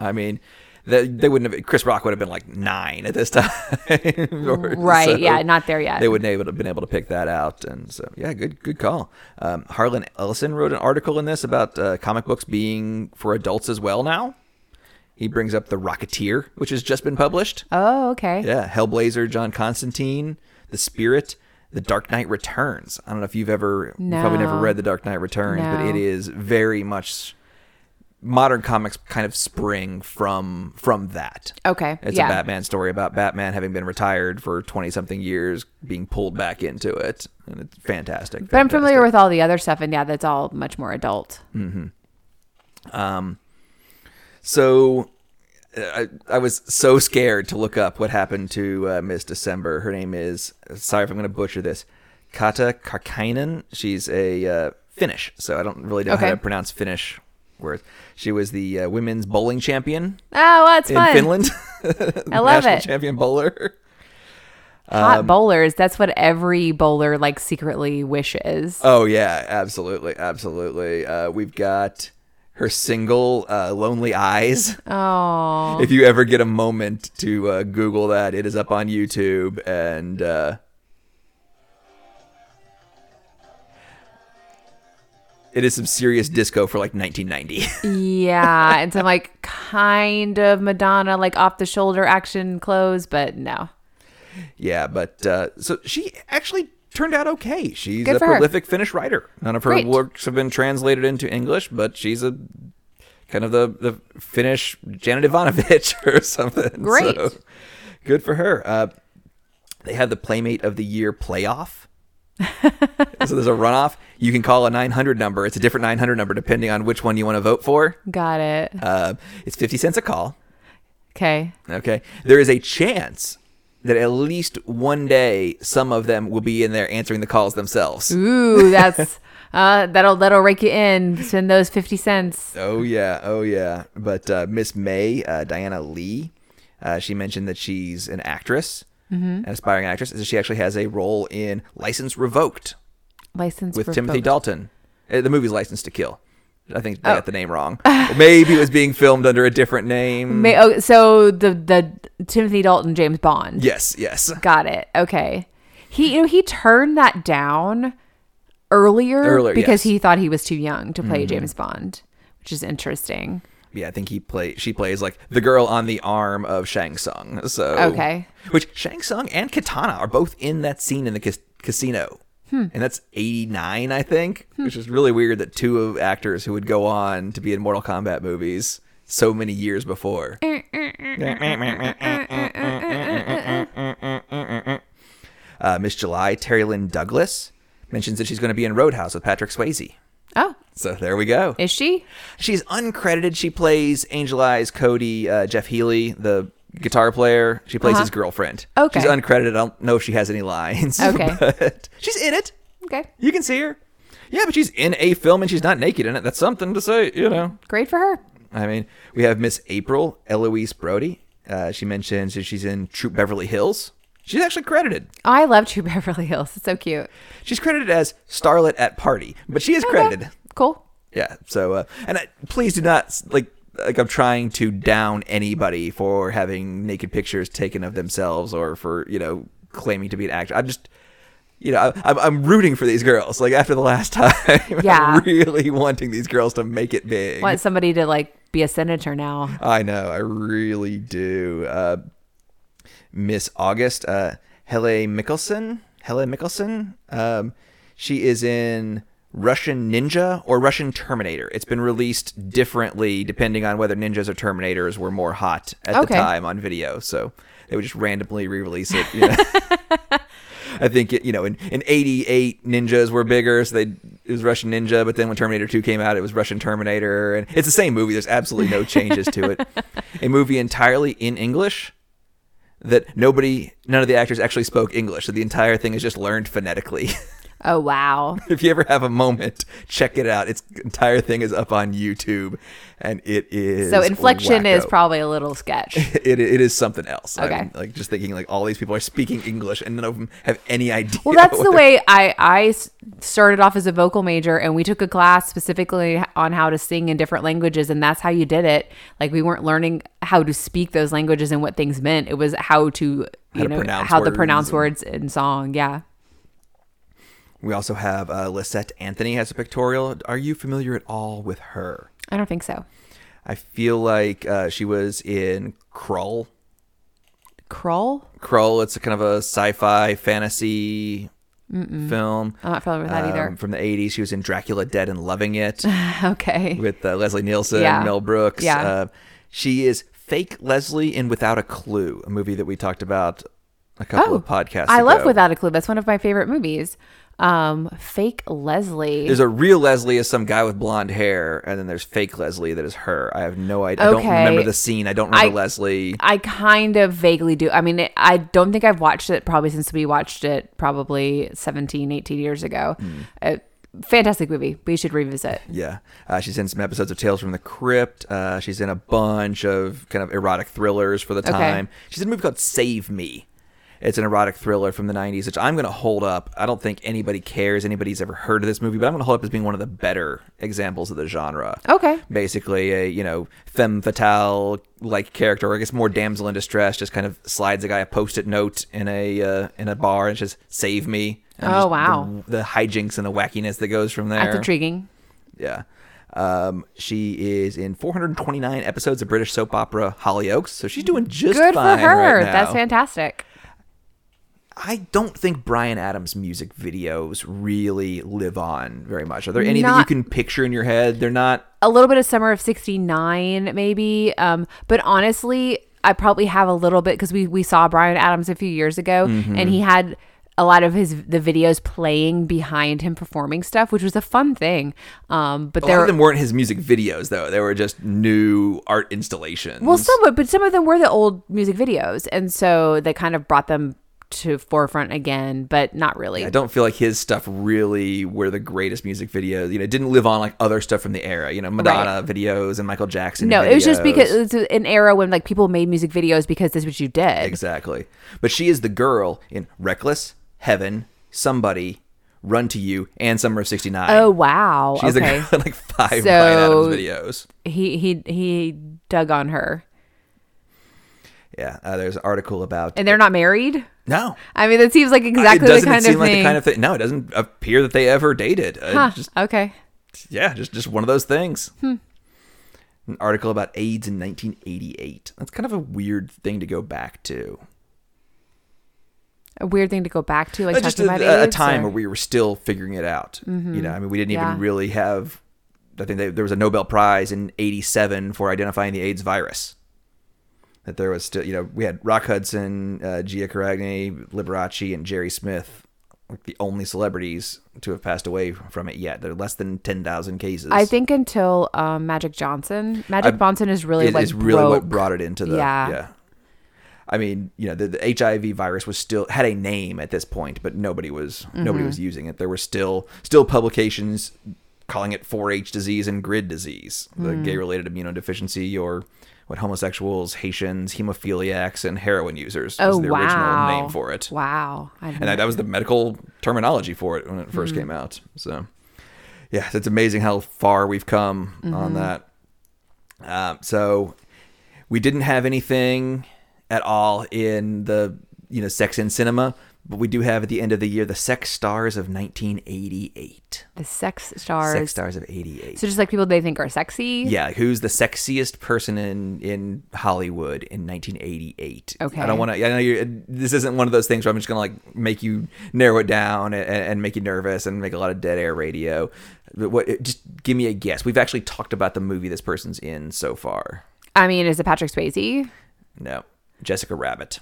Speaker 1: I mean, they, they wouldn't have. Chris Rock would have been like nine at this time, Or
Speaker 2: Right,
Speaker 1: so
Speaker 2: yeah, not there yet.
Speaker 1: They wouldn't able to been able to pick that out, and so yeah, good good call. Um, Harlan Ellison wrote an article in this about uh, comic books being for adults as well now. He brings up the Rocketeer, which has just been published.
Speaker 2: Oh, okay.
Speaker 1: Yeah, Hellblazer, John Constantine, The Spirit, The Dark Knight Returns. I don't know if you've ever you've probably never
Speaker 2: No.
Speaker 1: read The Dark Knight Returns, but
Speaker 2: No.
Speaker 1: it is very much modern comics kind of spring from from that.
Speaker 2: Okay.
Speaker 1: It's
Speaker 2: yeah.
Speaker 1: a Batman story about Batman having been retired for 20 something years being pulled back into it and it's fantastic.
Speaker 2: But I'm
Speaker 1: fantastic.
Speaker 2: familiar with all the other stuff, and yeah, that's all much more adult. Oh,
Speaker 1: So uh, I, I was so scared to look up what happened to uh, Miss December. Her name is, sorry if I'm going to butcher this, Kata Karkainen. She's a uh, Finnish, so I don't really know how
Speaker 2: Okay.
Speaker 1: to pronounce Finnish words. She was the uh, women's bowling champion
Speaker 2: Oh, well, it's fun.
Speaker 1: in Finland.
Speaker 2: I love
Speaker 1: National
Speaker 2: it.
Speaker 1: champion bowler. um,
Speaker 2: Hot bowlers. That's what every bowler like secretly wishes.
Speaker 1: Oh, yeah, absolutely. Absolutely. Uh, we've got her single, uh, Lonely Eyes.
Speaker 2: Oh,
Speaker 1: if you ever get a moment to uh, Google that, it is up on YouTube. And uh, it is some serious disco for like 1990.
Speaker 2: yeah. and some like kind of Madonna, like off the shoulder action clothes, but no.
Speaker 1: yeah, but uh, so she actually turned out okay. She's
Speaker 2: Good
Speaker 1: a
Speaker 2: for her.
Speaker 1: prolific Finnish writer. None of her
Speaker 2: Great.
Speaker 1: works have been translated into English, but she's a kind of the, the Finnish Janet Ivanovich or something.
Speaker 2: Great.
Speaker 1: good for her. Uh, they have the Playmate of the Year playoff. so there's a runoff. You can call a 900 number. It's a different 900 number depending on which one you want to vote for.
Speaker 2: Got it.
Speaker 1: Uh, it's 50 cents a call.
Speaker 2: Okay.
Speaker 1: Okay. There is a chance that at least one day some of them will be in there answering the calls themselves.
Speaker 2: Ooh, that's uh, that'll that'll rake you in. Spend those fifty cents.
Speaker 1: Oh yeah, oh yeah. But uh, Miss May, uh, Diana Lee, uh, she mentioned that she's an actress,
Speaker 2: Mm-hmm.
Speaker 1: an aspiring actress. and She actually has a role in License Revoked
Speaker 2: License
Speaker 1: with
Speaker 2: revoked.
Speaker 1: Timothy Dalton. Uh, The movie's License to Kill. I think
Speaker 2: Oh.
Speaker 1: they got the name wrong. Maybe it was being filmed under a different name.
Speaker 2: May- oh, so the the Timothy Dalton James Bond.
Speaker 1: Yes, yes.
Speaker 2: Got it. Okay. He you know, he turned that down earlier,
Speaker 1: Earlier, yes. Mm-hmm.
Speaker 2: because he thought he was too young to play James Bond, which is interesting.
Speaker 1: Yeah, I think he play she plays like the girl on the arm of Shang Tsung. So
Speaker 2: Okay.
Speaker 1: which Shang Tsung and Katana are both in that scene in the Kis- Casino. And that's 89, I think, which is really weird that two of actors who would go on to be in Mortal Kombat movies so many years before. Uh, Miss July, Terry Lynn Douglas, mentions that she's going to be in Roadhouse with Patrick Swayze.
Speaker 2: Oh,
Speaker 1: So there we go.
Speaker 2: is she?
Speaker 1: She's uncredited. She plays Angel Eyes Cody, uh, Jeff Healy, the guitar player. She plays
Speaker 2: Uh-huh.
Speaker 1: his girlfriend.
Speaker 2: Okay.
Speaker 1: She's uncredited. I don't know if she has any lines.
Speaker 2: Okay.
Speaker 1: But she's in it.
Speaker 2: Okay.
Speaker 1: You can see her. Yeah, but she's in a film and she's not naked in it. That's something to say, you know.
Speaker 2: Great for her.
Speaker 1: I mean, we have Miss April Eloise Brody. Uh, she mentions that she's in Troop Beverly Hills. She's actually credited.
Speaker 2: I love True Beverly Hills. It's so cute.
Speaker 1: She's credited as Starlet at Party, but she is
Speaker 2: Okay.
Speaker 1: credited.
Speaker 2: Cool.
Speaker 1: Yeah. So, uh, and I, please do not like like I'm trying to down anybody for having naked pictures taken of themselves or for you know claiming to be an actor. I'm just you know I, I'm I'm rooting for these girls. Like after the last time,
Speaker 2: Yeah.
Speaker 1: I'm really wanting these girls to make it big.
Speaker 2: Want somebody to like be a senator now.
Speaker 1: I know. I really do. Uh, Miss August, uh, Hele Mickelson. Hele Mickelson. Um, she is in Russian Ninja or Russian Terminator. It's been released differently depending on whether ninjas or Terminators were more hot at the
Speaker 2: Okay.
Speaker 1: time on video. So they would just randomly re-release it. You know? I think it, you know in, in '88 ninjas were bigger, so they it was Russian Ninja. But then when Terminator 2 came out, it was Russian Terminator, and it's the same movie. There's absolutely no changes to it. A movie entirely in English that nobody, none of the actors actually spoke English, so the entire thing is just learned phonetically.
Speaker 2: Oh wow.
Speaker 1: if you ever have a moment, check it out. Its entire thing is up on YouTube, and it is
Speaker 2: So inflection is
Speaker 1: wacko.
Speaker 2: probably a little sketch.
Speaker 1: It, it is something else. I'm,
Speaker 2: Okay.
Speaker 1: like just thinking like all these people are speaking English and none of them have any idea.
Speaker 2: Well, that's
Speaker 1: what
Speaker 2: the
Speaker 1: they're
Speaker 2: way I I s- started off as a vocal major, and we took a class specifically on how to sing in different languages, and that's how you did it. Like we weren't learning how to speak those languages and what things meant; it was how to you
Speaker 1: to
Speaker 2: know
Speaker 1: pronounce
Speaker 2: how to
Speaker 1: words
Speaker 2: pronounce
Speaker 1: and-
Speaker 2: words in song. Yeah.
Speaker 1: We also have uh, Lisette Anthony has a pictorial. Are you familiar at all with her?
Speaker 2: I don't think so.
Speaker 1: I feel like uh, she was in Krull.
Speaker 2: Krull?
Speaker 1: Krull, it's a kind of a sci-fi fantasy film
Speaker 2: I'm not familiar with that
Speaker 1: um, from the 80s. She was in Dracula Dead and Loving It
Speaker 2: either. Okay.
Speaker 1: with uh, Leslie Nielsen,
Speaker 2: Yeah.
Speaker 1: Mel Brooks.
Speaker 2: Yeah.
Speaker 1: Uh, she is fake Leslie in Without a Clue, a movie that we talked about a couple of podcasts
Speaker 2: Oh, I love
Speaker 1: ago.
Speaker 2: Without a Clue. That's one of my favorite movies. Um, fake Leslie.
Speaker 1: There's a real Leslie is some guy with blonde hair, and then there's fake Leslie that is her. I have no idea. I
Speaker 2: Okay.
Speaker 1: don't remember the scene. I don't remember
Speaker 2: I-
Speaker 1: Leslie.
Speaker 2: I kind of vaguely do. I mean, it, I don't think I've watched it probably since we watched it probably 17, 18 years ago.
Speaker 1: Hmm.
Speaker 2: Uh, fantastic movie. We should revisit.
Speaker 1: Yeah, uh, she's in some episodes of Tales from the Crypt. Uh, she's in a bunch of kind of erotic thrillers for the time. She's in a movie called Save Me. It's an erotic thriller from the '90s, which I'm going to hold up. I don't think anybody cares. Anybody's ever heard of this movie, but I'm going to hold up as being one of the better examples of the genre.
Speaker 2: Okay.
Speaker 1: basically a you know femme fatale like character or i guess more damsel in distress just kind of slides a guy a post-it note in a uh, in a bar and says save me and
Speaker 2: Oh,
Speaker 1: just
Speaker 2: wow.
Speaker 1: the, the hijinks and the wackiness that goes from there
Speaker 2: That's intriguing.
Speaker 1: yeah um, she is in 429 episodes of british soap opera hollyoaks so she's doing just
Speaker 2: Good for
Speaker 1: fine
Speaker 2: her.
Speaker 1: right now.
Speaker 2: That's fantastic.
Speaker 1: i don't think brian adams music videos really live on very much are there any that you
Speaker 2: Not-
Speaker 1: can picture in your head they're not
Speaker 2: a little bit of summer of 69 maybe um but honestly i probably have a little bit because we we saw brian adams a few years ago
Speaker 1: Mm-hmm.
Speaker 2: and he had a lot of his the videos playing behind him performing stuff which was a fun thing um but
Speaker 1: A lot
Speaker 2: there
Speaker 1: of them weren't his music videos, though. They were just new art installations.
Speaker 2: well some would but some of them were the old music videos and so they kind of brought them to forefront again but not really
Speaker 1: I don't feel like his stuff really were the greatest music videos. You know, it didn't live on like other stuff from the era. You know, Madonna videos and Michael Jackson.
Speaker 2: no it was just
Speaker 1: videos.
Speaker 2: because it's an era when like people made music videos because that's what you did
Speaker 1: exactly. But she is the girl in Reckless, Heaven, Somebody, Run to You, and Summer of '69.
Speaker 2: oh wow
Speaker 1: she's the
Speaker 2: okay
Speaker 1: girl in like five
Speaker 2: So-
Speaker 1: Brian Adams videos.
Speaker 2: he he he dug on her
Speaker 1: Yeah, uh, there's an article about
Speaker 2: and they're not married
Speaker 1: no.
Speaker 2: i mean that seems like exactly
Speaker 1: it
Speaker 2: the
Speaker 1: doesn't
Speaker 2: kind
Speaker 1: seem
Speaker 2: of
Speaker 1: like
Speaker 2: thing
Speaker 1: the kind of thing. No, it doesn't appear that they ever dated. Uh,
Speaker 2: Huh,
Speaker 1: just-
Speaker 2: okay
Speaker 1: yeah, just just one of those things.
Speaker 2: Hmm.
Speaker 1: An article about AIDS in 1988. That's kind of a weird thing to go back to.
Speaker 2: a weird thing to go back to, like
Speaker 1: Uh,
Speaker 2: talking
Speaker 1: just
Speaker 2: about
Speaker 1: a, a
Speaker 2: AIDS,
Speaker 1: time
Speaker 2: or- Mm-hmm.
Speaker 1: where we were still figuring it out. You know, I mean, we didn't
Speaker 2: Yeah.
Speaker 1: even really have. I think they, there was a Nobel Prize in '87 for identifying the AIDS virus. That there was still, you know, we had Rock Hudson, uh, Gia Caragni, Liberace, and Jerry Smith, like the only celebrities to have passed away from it yet. There are less than ten thousand cases.
Speaker 2: I think until um, Magic Johnson, Magic Johnson is really
Speaker 1: it
Speaker 2: like
Speaker 1: is really what
Speaker 2: broke-
Speaker 1: brought it into the
Speaker 2: Yeah.
Speaker 1: yeah. I mean, you know, the, the HIV virus was still had a name at this point, but nobody was
Speaker 2: Mm-hmm.
Speaker 1: nobody was using it. There were still still publications calling it 4-H disease and GRID disease, the
Speaker 2: Mm.
Speaker 1: gay-related immunodeficiency, or what homosexuals, Haitians, hemophiliacs, and heroin users
Speaker 2: oh
Speaker 1: was the
Speaker 2: wow,
Speaker 1: original name for it.
Speaker 2: Wow, I
Speaker 1: And that, that was the medical terminology for it when it 1st came out. So, yeah, it's amazing how far we've come on that. Um, so, we didn't have anything at all in the you know sex in cinema, but we do have at the end of the year the sex stars of 1988.
Speaker 2: the sex stars.
Speaker 1: Sex stars of 88.
Speaker 2: so just like people they think are sexy.
Speaker 1: yeah, who's the sexiest person in in Hollywood in 1988?
Speaker 2: Okay.
Speaker 1: I don't want to. I know you. This isn't one of those things where I'm just gonna like make you narrow it down and, and make you nervous and make a lot of dead air radio. But what? Just give me a guess. We've actually talked about the movie this person's in so far.
Speaker 2: I mean, is it Patrick Swayze?
Speaker 1: No, Jessica Rabbit.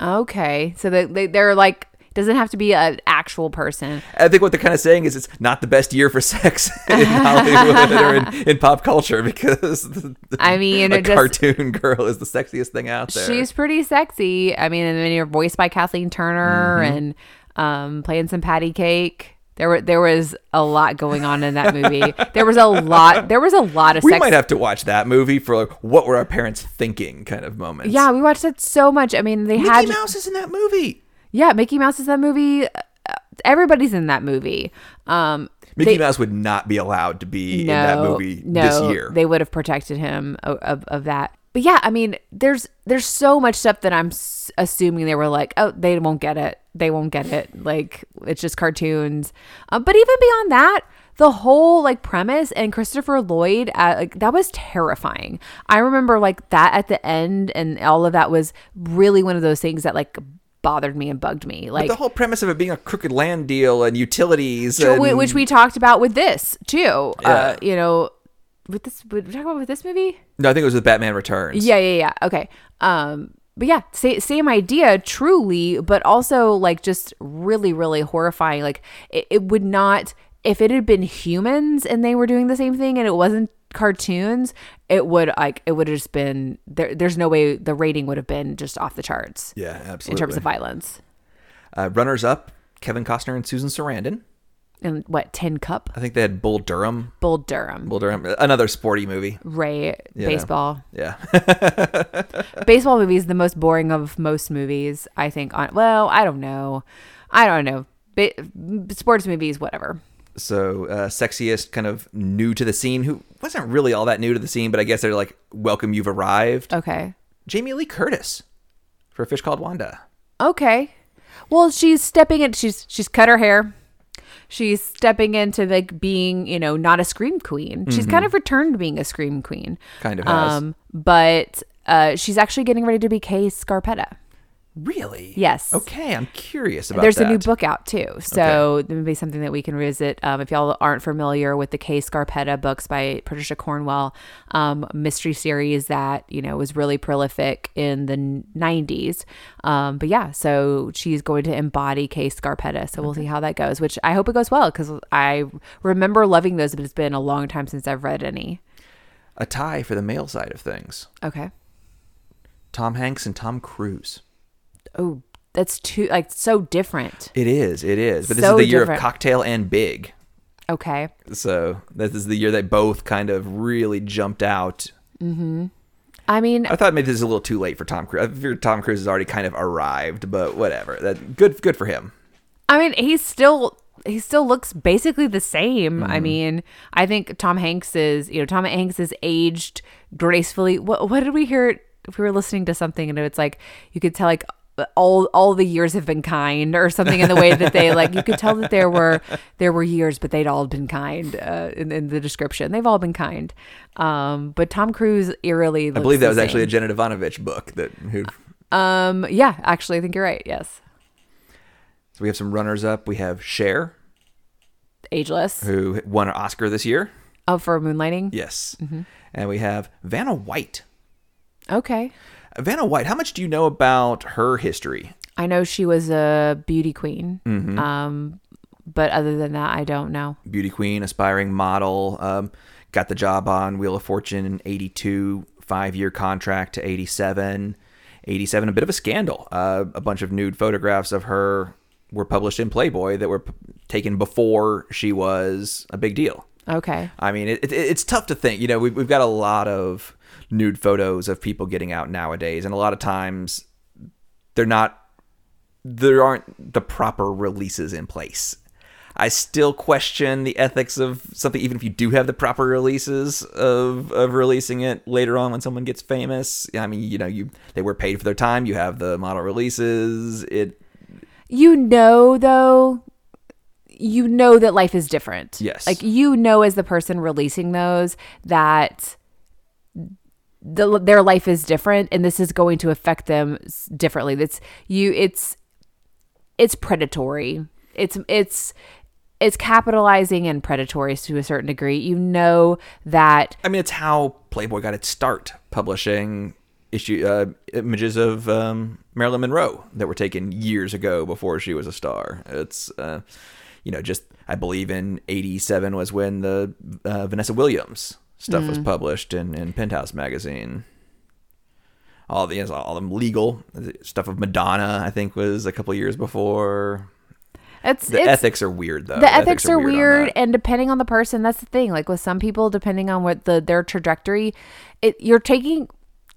Speaker 2: Okay, so they, they they're like doesn't have to be an actual person.
Speaker 1: I think what they're kind of saying is it's not the best year for sex in Hollywood or in, in pop culture because the, the-
Speaker 2: I mean,
Speaker 1: a
Speaker 2: it just-
Speaker 1: cartoon girl is the sexiest thing out there.
Speaker 2: She's pretty sexy. I mean, and then you're voiced by Kathleen Turner
Speaker 1: Mm-hmm.
Speaker 2: and um, playing some patty cake. There were there was a lot going on in that movie. there was a lot. There was a lot of
Speaker 1: we
Speaker 2: sex.
Speaker 1: might have to watch that movie for like, what were our parents thinking kind of moments.
Speaker 2: yeah, we watched that so much. I mean, they
Speaker 1: Mickey
Speaker 2: had
Speaker 1: Mouse is in that movie.
Speaker 2: yeah, Mickey Mouse is that movie. Uh, Everybody's in that movie. Um,
Speaker 1: Mickey
Speaker 2: they-
Speaker 1: Mouse would not be allowed to be in that movie
Speaker 2: no,
Speaker 1: this year.
Speaker 2: They would have protected him of, of, of that. But yeah, I mean, there's there's so much stuff that I'm s- assuming they were like, oh, they won't get it. They won't get it. Like it's just cartoons. Uh, but even beyond that, the whole like premise and Christopher Lloyd, uh, like that was terrifying. I remember like that at the end, and all of that was really one of those things that like bothered me and bugged me. Like
Speaker 1: the whole premise of it being a crooked land deal and utilities,
Speaker 2: Sure,
Speaker 1: and
Speaker 2: whi- which we talked about with this too. Uh,
Speaker 1: Yeah.
Speaker 2: you know, with this, we talk about with this movie.
Speaker 1: no, I think it was with Batman Returns.
Speaker 2: Yeah, yeah, yeah. Okay. Um, but yeah, sa- same idea, truly, but also like just really, really horrifying. Like it, it would not if it had been humans and they were doing the same thing and it wasn't cartoons. It would like it would have just been there. There's no way the rating would have been just off the charts
Speaker 1: yeah, absolutely.
Speaker 2: in terms of violence.
Speaker 1: uh, runners up, Kevin Costner and Susan Sarandon.
Speaker 2: And what Tin Cup,
Speaker 1: I think they had Bull Durham.
Speaker 2: Bull Durham,
Speaker 1: Bull Durham, another sporty movie.
Speaker 2: Ray,
Speaker 1: Yeah.
Speaker 2: baseball.
Speaker 1: Yeah,
Speaker 2: baseball movie is the most boring of most movies i think on well i don't know i don't know Ba sports movies whatever
Speaker 1: so uh, sexiest, kind of new to the scene. Who wasn't really all that new to the scene, but I guess they're like, "Welcome, you've arrived."
Speaker 2: okay
Speaker 1: Jamie Lee Curtis for a fish called Wanda.
Speaker 2: okay well she's stepping in she's she's cut her hair she's stepping into like being you know not a scream queen she's kind of returned to being a scream queen
Speaker 1: Mm-hmm. Kind of has.
Speaker 2: Um, but uh she's actually getting ready to be kay scarpetta
Speaker 1: Really?
Speaker 2: Yes.
Speaker 1: Okay, I'm curious about
Speaker 2: There's
Speaker 1: that.
Speaker 2: a new book out too, so there may be something that we can visit. Um, if y'all aren't familiar with the Kay Scarpetta books by Patricia Cornwell, um, mystery series that you know was really prolific in the n- '90s. Um, but yeah, so she's going to embody Kay Scarpetta, so we'll see how that goes. Which I hope it goes well because I remember loving those, but it's been a long time since I've read any.
Speaker 1: A tie for the male side of things.
Speaker 2: Okay.
Speaker 1: Tom Hanks and Tom Cruise.
Speaker 2: Oh, that's too like so different.
Speaker 1: It is, it is. But this
Speaker 2: So
Speaker 1: is the year
Speaker 2: different.
Speaker 1: of Cocktail and Big.
Speaker 2: Okay.
Speaker 1: So this is the year they both kind of really jumped out.
Speaker 2: I mean,
Speaker 1: I thought maybe this is a little too late for Tom Cruise. I figured Tom Cruise has already kind of arrived, but whatever. That good good for him.
Speaker 2: I mean, he's still he still looks basically the same. I mean, I think Tom Hanks is you know Tom Hanks is aged gracefully. What what did we hear? We were listening to something and it's like you could tell like all all the years have been kind or something in the way that they like you could tell that there were there were years but they'd all been kind uh, in, in the description they've all been kind um but tom cruise eerily
Speaker 1: I believe that was actually a Janet Ivanovich book that who
Speaker 2: um yeah actually i think you're right yes
Speaker 1: So we have some runners up. We have Cher,
Speaker 2: Ageless.
Speaker 1: who won an Oscar this year.
Speaker 2: Oh, for moonlighting.
Speaker 1: Yes. And we have Vanna White.
Speaker 2: Okay.
Speaker 1: Vanna White, how much do you know about her history?
Speaker 2: I know she was a beauty queen.
Speaker 1: Mm-hmm.
Speaker 2: Um, but other than that, I don't know.
Speaker 1: Beauty queen, aspiring model, um, got the job on Wheel of Fortune in 82, five year contract to 87. 87, a bit of a scandal. Uh, a bunch of nude photographs of her were published in Playboy that were p- taken before she was a big deal.
Speaker 2: Okay.
Speaker 1: I mean, it, it, it's tough to think. You know, we've, we've got a lot of nude photos of people getting out nowadays, and a lot of times they're not, there aren't the proper releases in place. I still question the ethics of something, even if you do have the proper releases of of releasing it later on when someone gets famous. I mean, you know, you they were paid for their time. You have the model releases. It
Speaker 2: You know, though, you know that life is different.
Speaker 1: Yes.
Speaker 2: Like, you know, as the person releasing those, that the, their life is different and this is going to affect them s- differently. That's you, it's, it's predatory. It's, it's, it's capitalizing and predatory to a certain degree. You know that
Speaker 1: I mean, it's how Playboy got its start publishing issue uh, images of um, Marilyn Monroe that were taken years ago before she was a star. It's uh, you know just I believe in '87 was when the uh, Vanessa Williams stuff
Speaker 2: Mm.
Speaker 1: was published in, in Penthouse magazine. All the all them legal stuff of Madonna, I think, was a couple years before.
Speaker 2: it's,
Speaker 1: The
Speaker 2: it's,
Speaker 1: ethics are weird, though.
Speaker 2: the ethics, are weird,
Speaker 1: on that.
Speaker 2: and depending on the person that's the thing like with some people depending on what the their trajectory it you're taking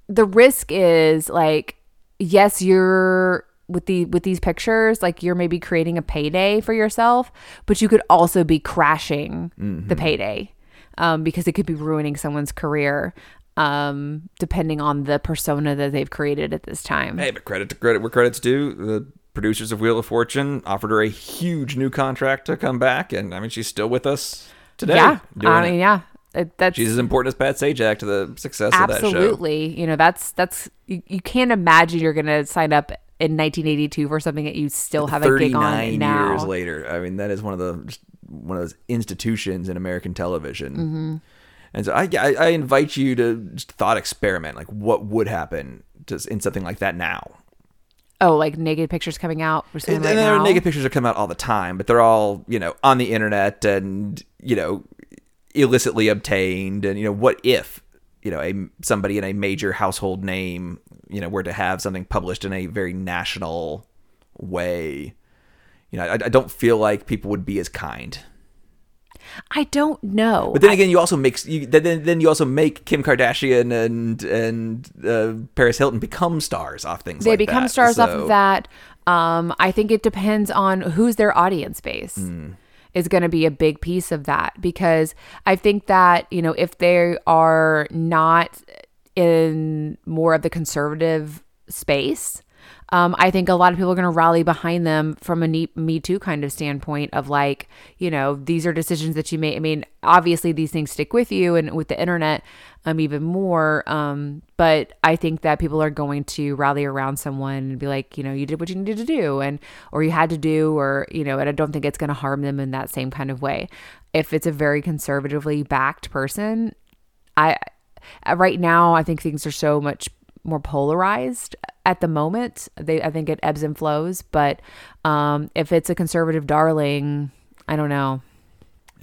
Speaker 2: the risk is like yes you're with the with these pictures like you're maybe creating a payday for yourself but you could also be crashing
Speaker 1: Mm-hmm.
Speaker 2: the payday um, because it could be ruining someone's career um, depending on the persona that they've created at this time
Speaker 1: Hey, but credit to credit where credit's due. The producers of Wheel of Fortune offered her a huge new contract to come back, and I mean, she's still with us today.
Speaker 2: yeah
Speaker 1: doing
Speaker 2: i mean
Speaker 1: it.
Speaker 2: yeah It- that's
Speaker 1: she's as important as Pat Sajak to the success of that show.
Speaker 2: absolutely you know that's that's you, you can't imagine you're gonna sign up in 1982 for something that you still have a gig on
Speaker 1: Thirty-nine
Speaker 2: now
Speaker 1: years later, I mean, that is one of the just one of those institutions in American television.
Speaker 2: Mm-hmm.
Speaker 1: And so, I, I I invite you to just thought experiment, like what would happen just in something like that now.
Speaker 2: oh like naked pictures coming out we're seeing
Speaker 1: And
Speaker 2: right
Speaker 1: and there
Speaker 2: now
Speaker 1: are naked pictures that come out all the time, but they're all you know on the internet and you know illicitly obtained. And you know what if you know a somebody in a major household name you know were to have something published in a very national way? You know, I, I don't feel like people would be as kind.
Speaker 2: i don't know
Speaker 1: But then again, you also make you, then then you also make Kim Kardashian and and uh, Paris Hilton become stars off things.
Speaker 2: they
Speaker 1: like
Speaker 2: become
Speaker 1: that,
Speaker 2: stars off of
Speaker 1: so-
Speaker 2: that um i think it depends on who's their audience base
Speaker 1: Hmm.
Speaker 2: is going to be a big piece of that because i think that you know if they are not in more of the conservative space um, I think a lot of people are going to rally behind them from a ne- Me Too kind of standpoint of like, you know, these are decisions that you made. I mean, obviously these things stick with you and with the internet, um, even more. Um, but I think that people are going to rally around someone and be like, you know, you did what you needed to do and, or you had to do, or, you know, and I don't think it's going to harm them in that same kind of way. If it's a very conservatively backed person, I uh, right now I think things are so much more polarized at the moment. They I think it ebbs and flows, but um, if it's a conservative darling, I don't know.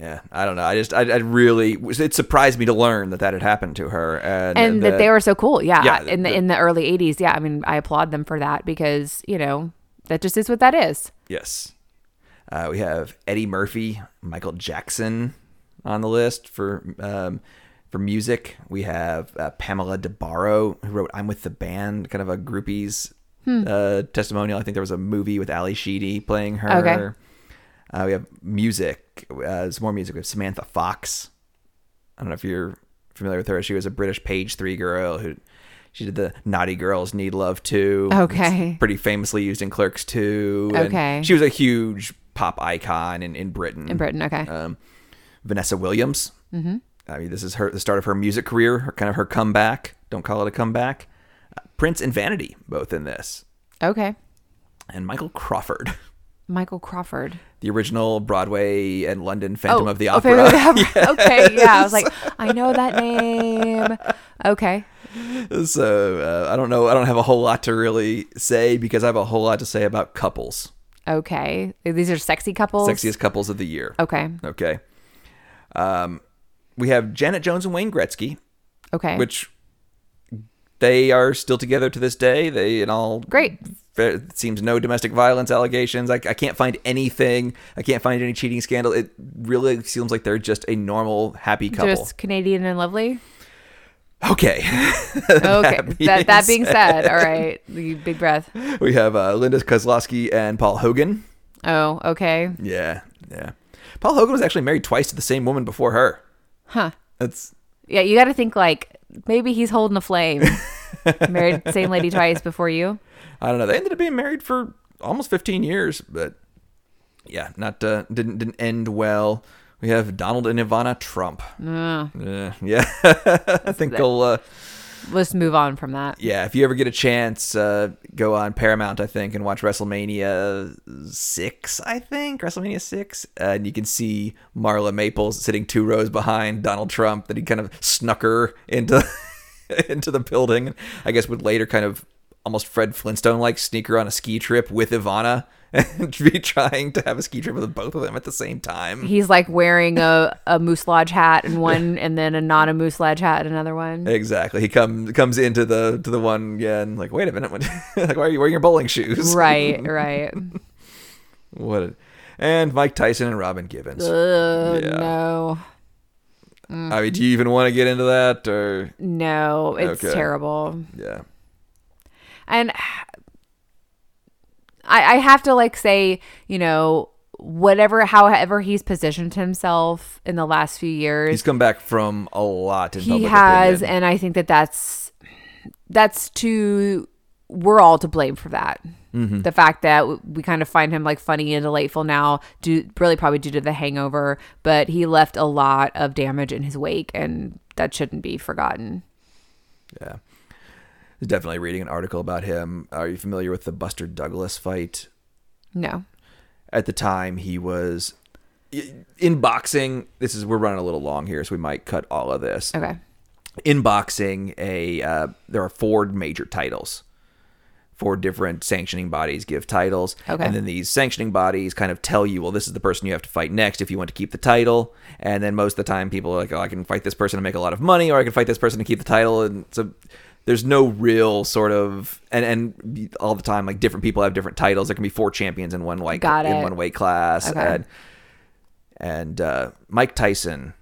Speaker 1: Yeah, I don't know. I just, I, I really, it surprised me to learn that that had happened to her, and,
Speaker 2: And that, they were so cool, yeah.
Speaker 1: Yeah,
Speaker 2: in the,
Speaker 1: the-
Speaker 2: in the early '80s, yeah. I mean, I applaud them for that because you know that just is what that is.
Speaker 1: Yes, uh, we have Eddie Murphy, Michael Jackson on the list for um, for music. We have uh, Pamela DeBarro, who wrote "I'm with the Band," kind of a groupies
Speaker 2: Hmm.
Speaker 1: uh, testimonial. I think there was a movie with Ali Sheedy playing her.
Speaker 2: Okay.
Speaker 1: Uh, we have music. Uh, some more music. We have Samantha Fox. I don't know if you're familiar with her. She was a British page three girl who she did the Naughty Girls Need Love Too.
Speaker 2: Okay.
Speaker 1: It's pretty famously used in Clerks Too. and
Speaker 2: Okay.
Speaker 1: she was a huge pop icon in, in Britain.
Speaker 2: In Britain, okay.
Speaker 1: Um, Vanessa Williams. Mm-hmm. I mean, this is her the start of her music career, her, kind of her comeback. Don't call it a comeback. Uh, Prince and Vanity, both in this,
Speaker 2: okay.
Speaker 1: and Michael Crawford.
Speaker 2: Michael Crawford.
Speaker 1: The original Broadway and London Phantom of the
Speaker 2: oh, Phantom
Speaker 1: Opera.
Speaker 2: of the Opera. Okay, yeah. I was like, I know that name. Okay.
Speaker 1: so uh, I don't know. I don't have a whole lot to really say because I have a whole lot to say about couples,
Speaker 2: Okay. These are sexy couples.
Speaker 1: sexiest couples of the year.
Speaker 2: Okay.
Speaker 1: Okay. Um, we have Janet Jones and Wayne Gretzky,
Speaker 2: Okay.
Speaker 1: which they are still together to this day. They and all
Speaker 2: Great.
Speaker 1: There seems no domestic violence allegations. I, I can't find anything. I can't find any cheating scandal. It really seems like they're just a normal, happy couple.
Speaker 2: Just Canadian and lovely.
Speaker 1: Okay.
Speaker 2: Okay.
Speaker 1: being
Speaker 2: that, that being said, all right. You big breath.
Speaker 1: we have uh, Linda Kozlowski and Paul Hogan.
Speaker 2: Oh, okay.
Speaker 1: Yeah, yeah. Paul Hogan was actually married twice to the same woman before her.
Speaker 2: Huh.
Speaker 1: That's
Speaker 2: Yeah, you got to think like maybe he's holding a flame. Married same lady twice before you.
Speaker 1: I don't know. They ended up being married for almost 15 years, but yeah, not uh, didn't didn't end well. We have Donald and Ivana Trump.
Speaker 2: Hmm.
Speaker 1: Uh, yeah, I think they'll. Uh,
Speaker 2: Let's move on from that.
Speaker 1: yeah, if you ever get a chance, uh, go on Paramount, I think, and watch WrestleMania six. I think WrestleMania six, uh, and you can see Marla Maples sitting two rows behind Donald Trump. That he kind of snuck her into into the building. I guess would later kind of almost Fred Flintstone like sneak her on a ski trip with Ivana and be trying to have a ski trip with both of them at the same time.
Speaker 2: He's like wearing a, a moose lodge hat and one, and then a not a moose lodge hat and another one.
Speaker 1: Exactly. He comes comes into the to the one yeah, and like, wait a minute, what, like why are you wearing your bowling shoes?
Speaker 2: Right, right.
Speaker 1: What? A, and Mike Tyson and Robin Givens.
Speaker 2: Ugh,
Speaker 1: Yeah.
Speaker 2: No,
Speaker 1: I mean, do you even want to get into that? Or
Speaker 2: no, it's
Speaker 1: Okay.
Speaker 2: terrible.
Speaker 1: yeah,
Speaker 2: and I, I have to like say, you know, whatever, however he's positioned himself in the last few years,
Speaker 1: he's come back from a lot. In
Speaker 2: he
Speaker 1: public
Speaker 2: has,
Speaker 1: opinion.
Speaker 2: and I think that that's that's to we're all to blame for that.
Speaker 1: Mm-hmm.
Speaker 2: The fact that w- we kind of find him like funny and delightful now, due, really probably due to the hangover, but he left a lot of damage in his wake, and that shouldn't be forgotten.
Speaker 1: yeah. He's Definitely reading an article about him. Are you familiar with the Buster Douglas fight?
Speaker 2: No,
Speaker 1: At the time, he was in boxing. This is we're running a little long here, so we might cut all of this.
Speaker 2: okay,
Speaker 1: in boxing a uh, there are four major titles four different sanctioning bodies give titles
Speaker 2: Okay.
Speaker 1: and then these sanctioning bodies kind of tell you well this is the person you have to fight next if you want to keep the title and then most of the time people are like oh i can fight this person and make a lot of money or i can fight this person to keep the title and so there's no real sort of and and all the time like different people have different titles there can be four champions in one weight
Speaker 2: Got
Speaker 1: in
Speaker 2: it.
Speaker 1: one weight class
Speaker 2: Okay.
Speaker 1: and and uh, Mike Tyson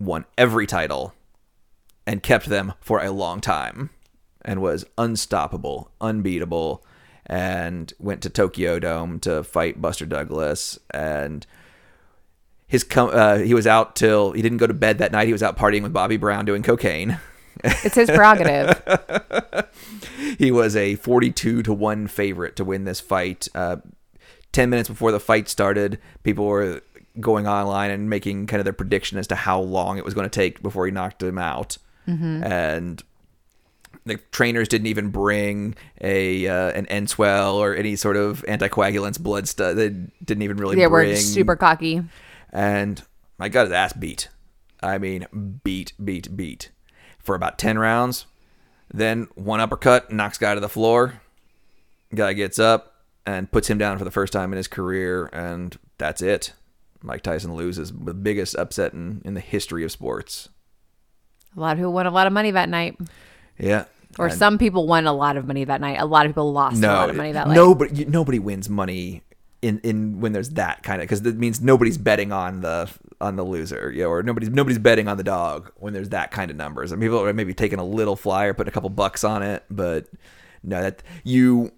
Speaker 1: won every title and kept them for a long time and was unstoppable, unbeatable, and went to Tokyo Dome to fight Buster Douglas. And his com- uh, he was out till he didn't go to bed that night. He was out partying with Bobby Brown doing cocaine.
Speaker 2: it's his prerogative.
Speaker 1: he was a 42 to 1 favorite to win this fight. Uh, 10 minutes before the fight started, people were going online and making kind of their prediction as to how long it was going to take before he knocked him out. And the trainers didn't even bring a uh, an Enswell or any sort of anticoagulants blood stuff. They didn't even really
Speaker 2: They
Speaker 1: bring
Speaker 2: were super cocky.
Speaker 1: and I got his ass beat. I mean, beat, beat, beat for about 10 rounds. Then one uppercut knocks guy to the floor. Guy gets up and puts him down for the first time in his career, and that's it. Mike Tyson loses the biggest upset in, in the history of sports.
Speaker 2: A lot of people won a lot of money that night,
Speaker 1: Yeah.
Speaker 2: or
Speaker 1: And
Speaker 2: some people won a lot of money that night. A lot of people lost a
Speaker 1: no,
Speaker 2: lot of money that night.
Speaker 1: nobody, you- nobody wins money in, in when there's that kind of because that means nobody's betting on the on the loser, you know, or nobody's nobody's betting on the dog when there's that kind of numbers. And people are maybe taking a little flyer, putting a couple bucks on it, but no, that you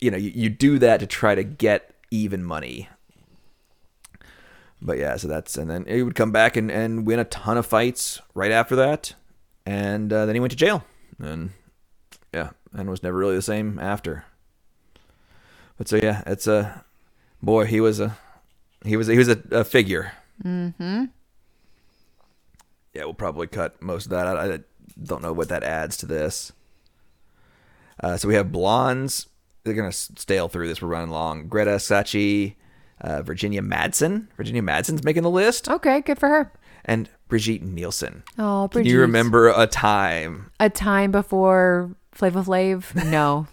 Speaker 1: you know you, you do that to try to get even money. But yeah, so that's and then he would come back and, and win a ton of fights right after that, and uh, then he went to jail and yeah, and was never really the same after. But so yeah, it's a boy. He was a he was a, he was a, a figure. Mm-hmm. Yeah, we'll probably cut most of that. out. I, I don't know what that adds to this. Uh, so we have blondes they're gonna s- stale through this. We're running long. Greta Sachi, uh, Virginia Madsen. Virginia Madsen's making the list,
Speaker 2: Okay, good for her.
Speaker 1: and Brigitte Nielsen.
Speaker 2: Oh,
Speaker 1: Can
Speaker 2: Brigitte.
Speaker 1: you remember a time?
Speaker 2: a time before Flava Flav? No.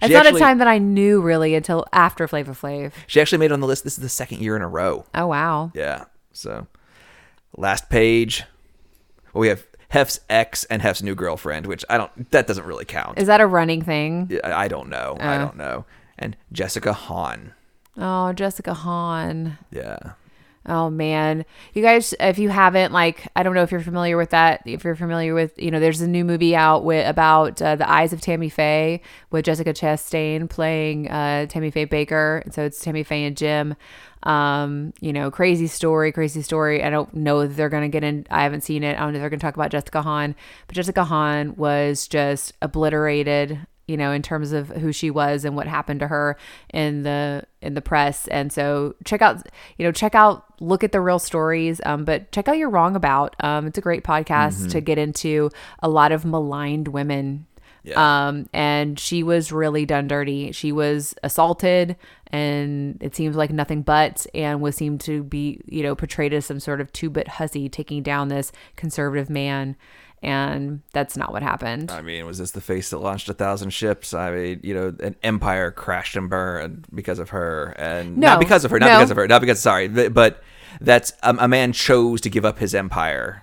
Speaker 2: It's
Speaker 1: She
Speaker 2: not
Speaker 1: actually-
Speaker 2: a time that I knew really until after Flava Flav.
Speaker 1: She actually made it on the list. This is the second year in a row.
Speaker 2: Oh wow.
Speaker 1: Yeah. So, last page. Well, we have Hef's ex and Hef's new girlfriend, which I don't. That doesn't really count.
Speaker 2: Is Oh. that a running thing?
Speaker 1: I I don't know. I don't know. And Jessica Hahn.
Speaker 2: Oh, Jessica Hahn.
Speaker 1: Yeah.
Speaker 2: Oh man. You guys if you haven't like I don't know if you're familiar with that, if you're familiar with, you know, there's a new movie out with about uh, The Eyes of Tammy Faye with Jessica Chastain playing uh Tammy Faye Baker. So it's Tammy Faye and Jim. Um, you know, crazy story, crazy story. I don't know if they're going to get in. I haven't seen it. I don't know if they're going to talk about Jessica Hahn, but Jessica Hahn was just obliterated you know in terms of who she was and what happened to her in the in the press and so check out you know check out look at the real stories um, but check out you're wrong about um, it's a great podcast to get into a lot of maligned women um, and she was really done dirty she was assaulted and it seems like nothing but and was seemed to be you know portrayed as some sort of two-bit hussy taking down this conservative man and that's not what happened
Speaker 1: I mean, was this the face that launched a thousand ships? I mean, you know, an empire crashed and burned because of her, and
Speaker 2: No.
Speaker 1: not because of her, not
Speaker 2: No.
Speaker 1: because of her, not because. Sorry, th- but that's um, a man chose to give up his empire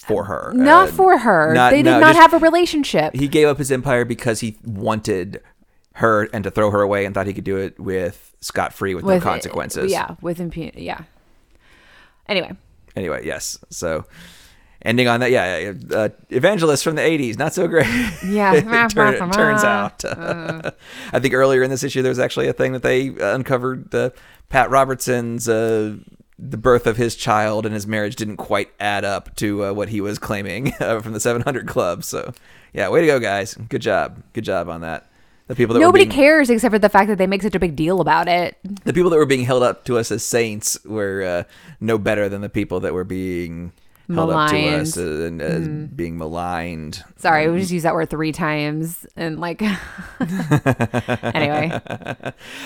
Speaker 1: for her.
Speaker 2: Not
Speaker 1: and
Speaker 2: for her.
Speaker 1: Uh, not-
Speaker 2: they did
Speaker 1: no,
Speaker 2: not
Speaker 1: just-
Speaker 2: have a relationship.
Speaker 1: He gave up his empire because he wanted her and to throw her away, and thought he could do it with scot free with, no
Speaker 2: with-
Speaker 1: consequences.
Speaker 2: Yeah, with impunity. Yeah. Anyway,
Speaker 1: Anyway, yes. So. Ending on that, yeah, uh, evangelist from the '80s, not so great.
Speaker 2: yeah.
Speaker 1: it turn- it turns out.
Speaker 2: Uh.
Speaker 1: I think earlier in this issue, there was actually a thing that they uncovered the Pat Robertson's uh, the birth of his child and his marriage didn't quite add up to uh, what he was claiming uh, from the 700 Club. So, yeah, way to go, guys! Good job, good job on that. The people that
Speaker 2: Nobody
Speaker 1: were being,
Speaker 2: cares except for the fact that they make such a big deal about it.
Speaker 1: the people that were being held up to us as saints were uh, no better than the people that were being held up to
Speaker 2: Maligned. Mm-hmm.
Speaker 1: us and as being maligned.
Speaker 2: Sorry, we just used that word three times and like. anyway,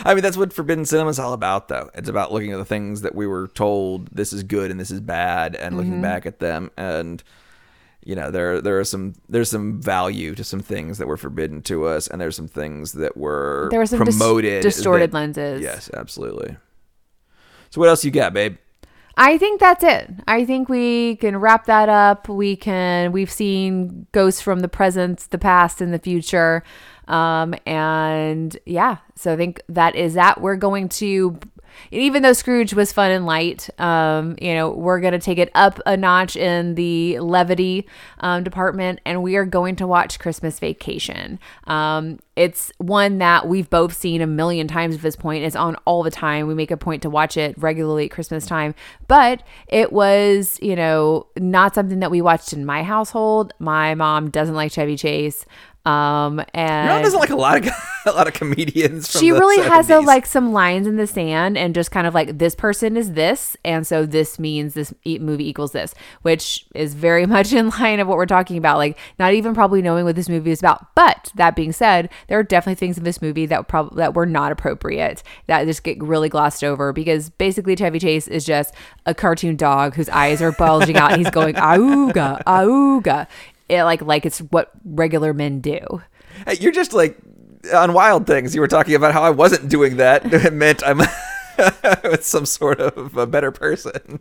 Speaker 1: I mean, that's what Forbidden Cinema is all about, though. It's about looking at the things that we were told this is good and this is bad, and
Speaker 2: Mm-hmm.
Speaker 1: looking back at them. And you know, there there are some there's some value to some things that were forbidden to us, and there's some things that were
Speaker 2: there were some dis-
Speaker 1: promoted
Speaker 2: distorted
Speaker 1: that-
Speaker 2: lenses.
Speaker 1: Yes, absolutely. So what else you got, babe?
Speaker 2: I think that's it. I think we can wrap that up. We can we've seen ghosts from the present, the past, and the future. Um, and yeah, so I think that is that. We're going to even though Scrooge was fun and light, um, you know, we're gonna take it up a notch in the levity um, department, and we are going to watch Christmas Vacation. Um, it's one that we've both seen a million times at this point. It's on all the time. We make a point to watch it regularly at Christmas time, but it was, you know, not something that we watched in my household. My mom doesn't like Chevy Chase. Um, and
Speaker 1: Your mom doesn't like a lot of a lot of comedians. From
Speaker 2: she
Speaker 1: the
Speaker 2: really has a
Speaker 1: 70s.
Speaker 2: like some lines in the sand and just kind of like this person is this and so this means this e- movie equals this which is very much in line of what we're talking about like not even probably knowing what this movie is about but that being said there are definitely things in this movie that probably that were not appropriate that just get really glossed over because basically Chevy Chase is just a cartoon dog whose eyes are bulging out and he's going auga auga it like like it's what regular men do
Speaker 1: Hey, you're just like on wild things. You were talking about how I wasn't doing that. It meant I'm some sort of a better person.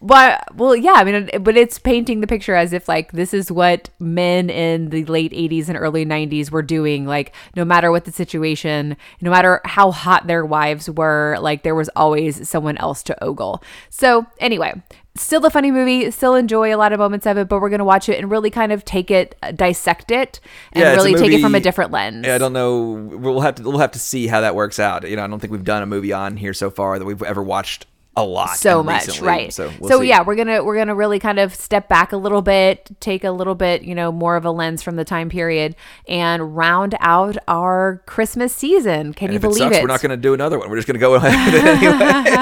Speaker 2: Well, well, yeah. I mean, it- but it's painting the picture as if like this is what men in the late '80s and early '90s were doing. Like, no matter what the situation, no matter how hot their wives were, like there was always someone else to ogle. So, anyway, still a funny movie. Still enjoy a lot of moments of it, but we're gonna watch it and really kind of take it, uh, dissect it, and
Speaker 1: Yeah, it's a
Speaker 2: really take it from a
Speaker 1: movie-
Speaker 2: different lens.
Speaker 1: Yeah, I don't know. We'll have to we'll have to see how that works out. You know, I don't think we've done a movie on here so far that we've ever watched a lot.
Speaker 2: so
Speaker 1: and
Speaker 2: much
Speaker 1: recently.
Speaker 2: right
Speaker 1: So,
Speaker 2: so,
Speaker 1: we'll see.
Speaker 2: yeah we're gonna we're gonna really kind of step back a little bit take a little bit you know more of a lens from the time period and round out our christmas season can
Speaker 1: And
Speaker 2: you
Speaker 1: if it
Speaker 2: believe
Speaker 1: sucks,
Speaker 2: it
Speaker 1: we're not going to do another one. We're just going to go ahead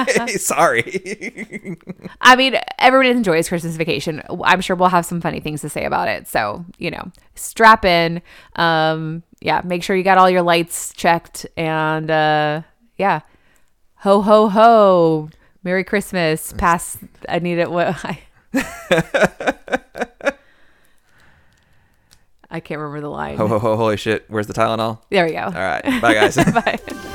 Speaker 1: anyway. Sorry.
Speaker 2: i mean everybody enjoys christmas vacation i'm sure we'll have some funny things to say about it so you know strap in um yeah, make sure you got all your lights checked and uh yeah. Ho ho ho. Merry Christmas. Pass I need it what I I can't remember the line.
Speaker 1: Ho ho ho! Holy shit! Where's the Tylenol?
Speaker 2: There we go.
Speaker 1: All right, bye guys.
Speaker 2: Bye.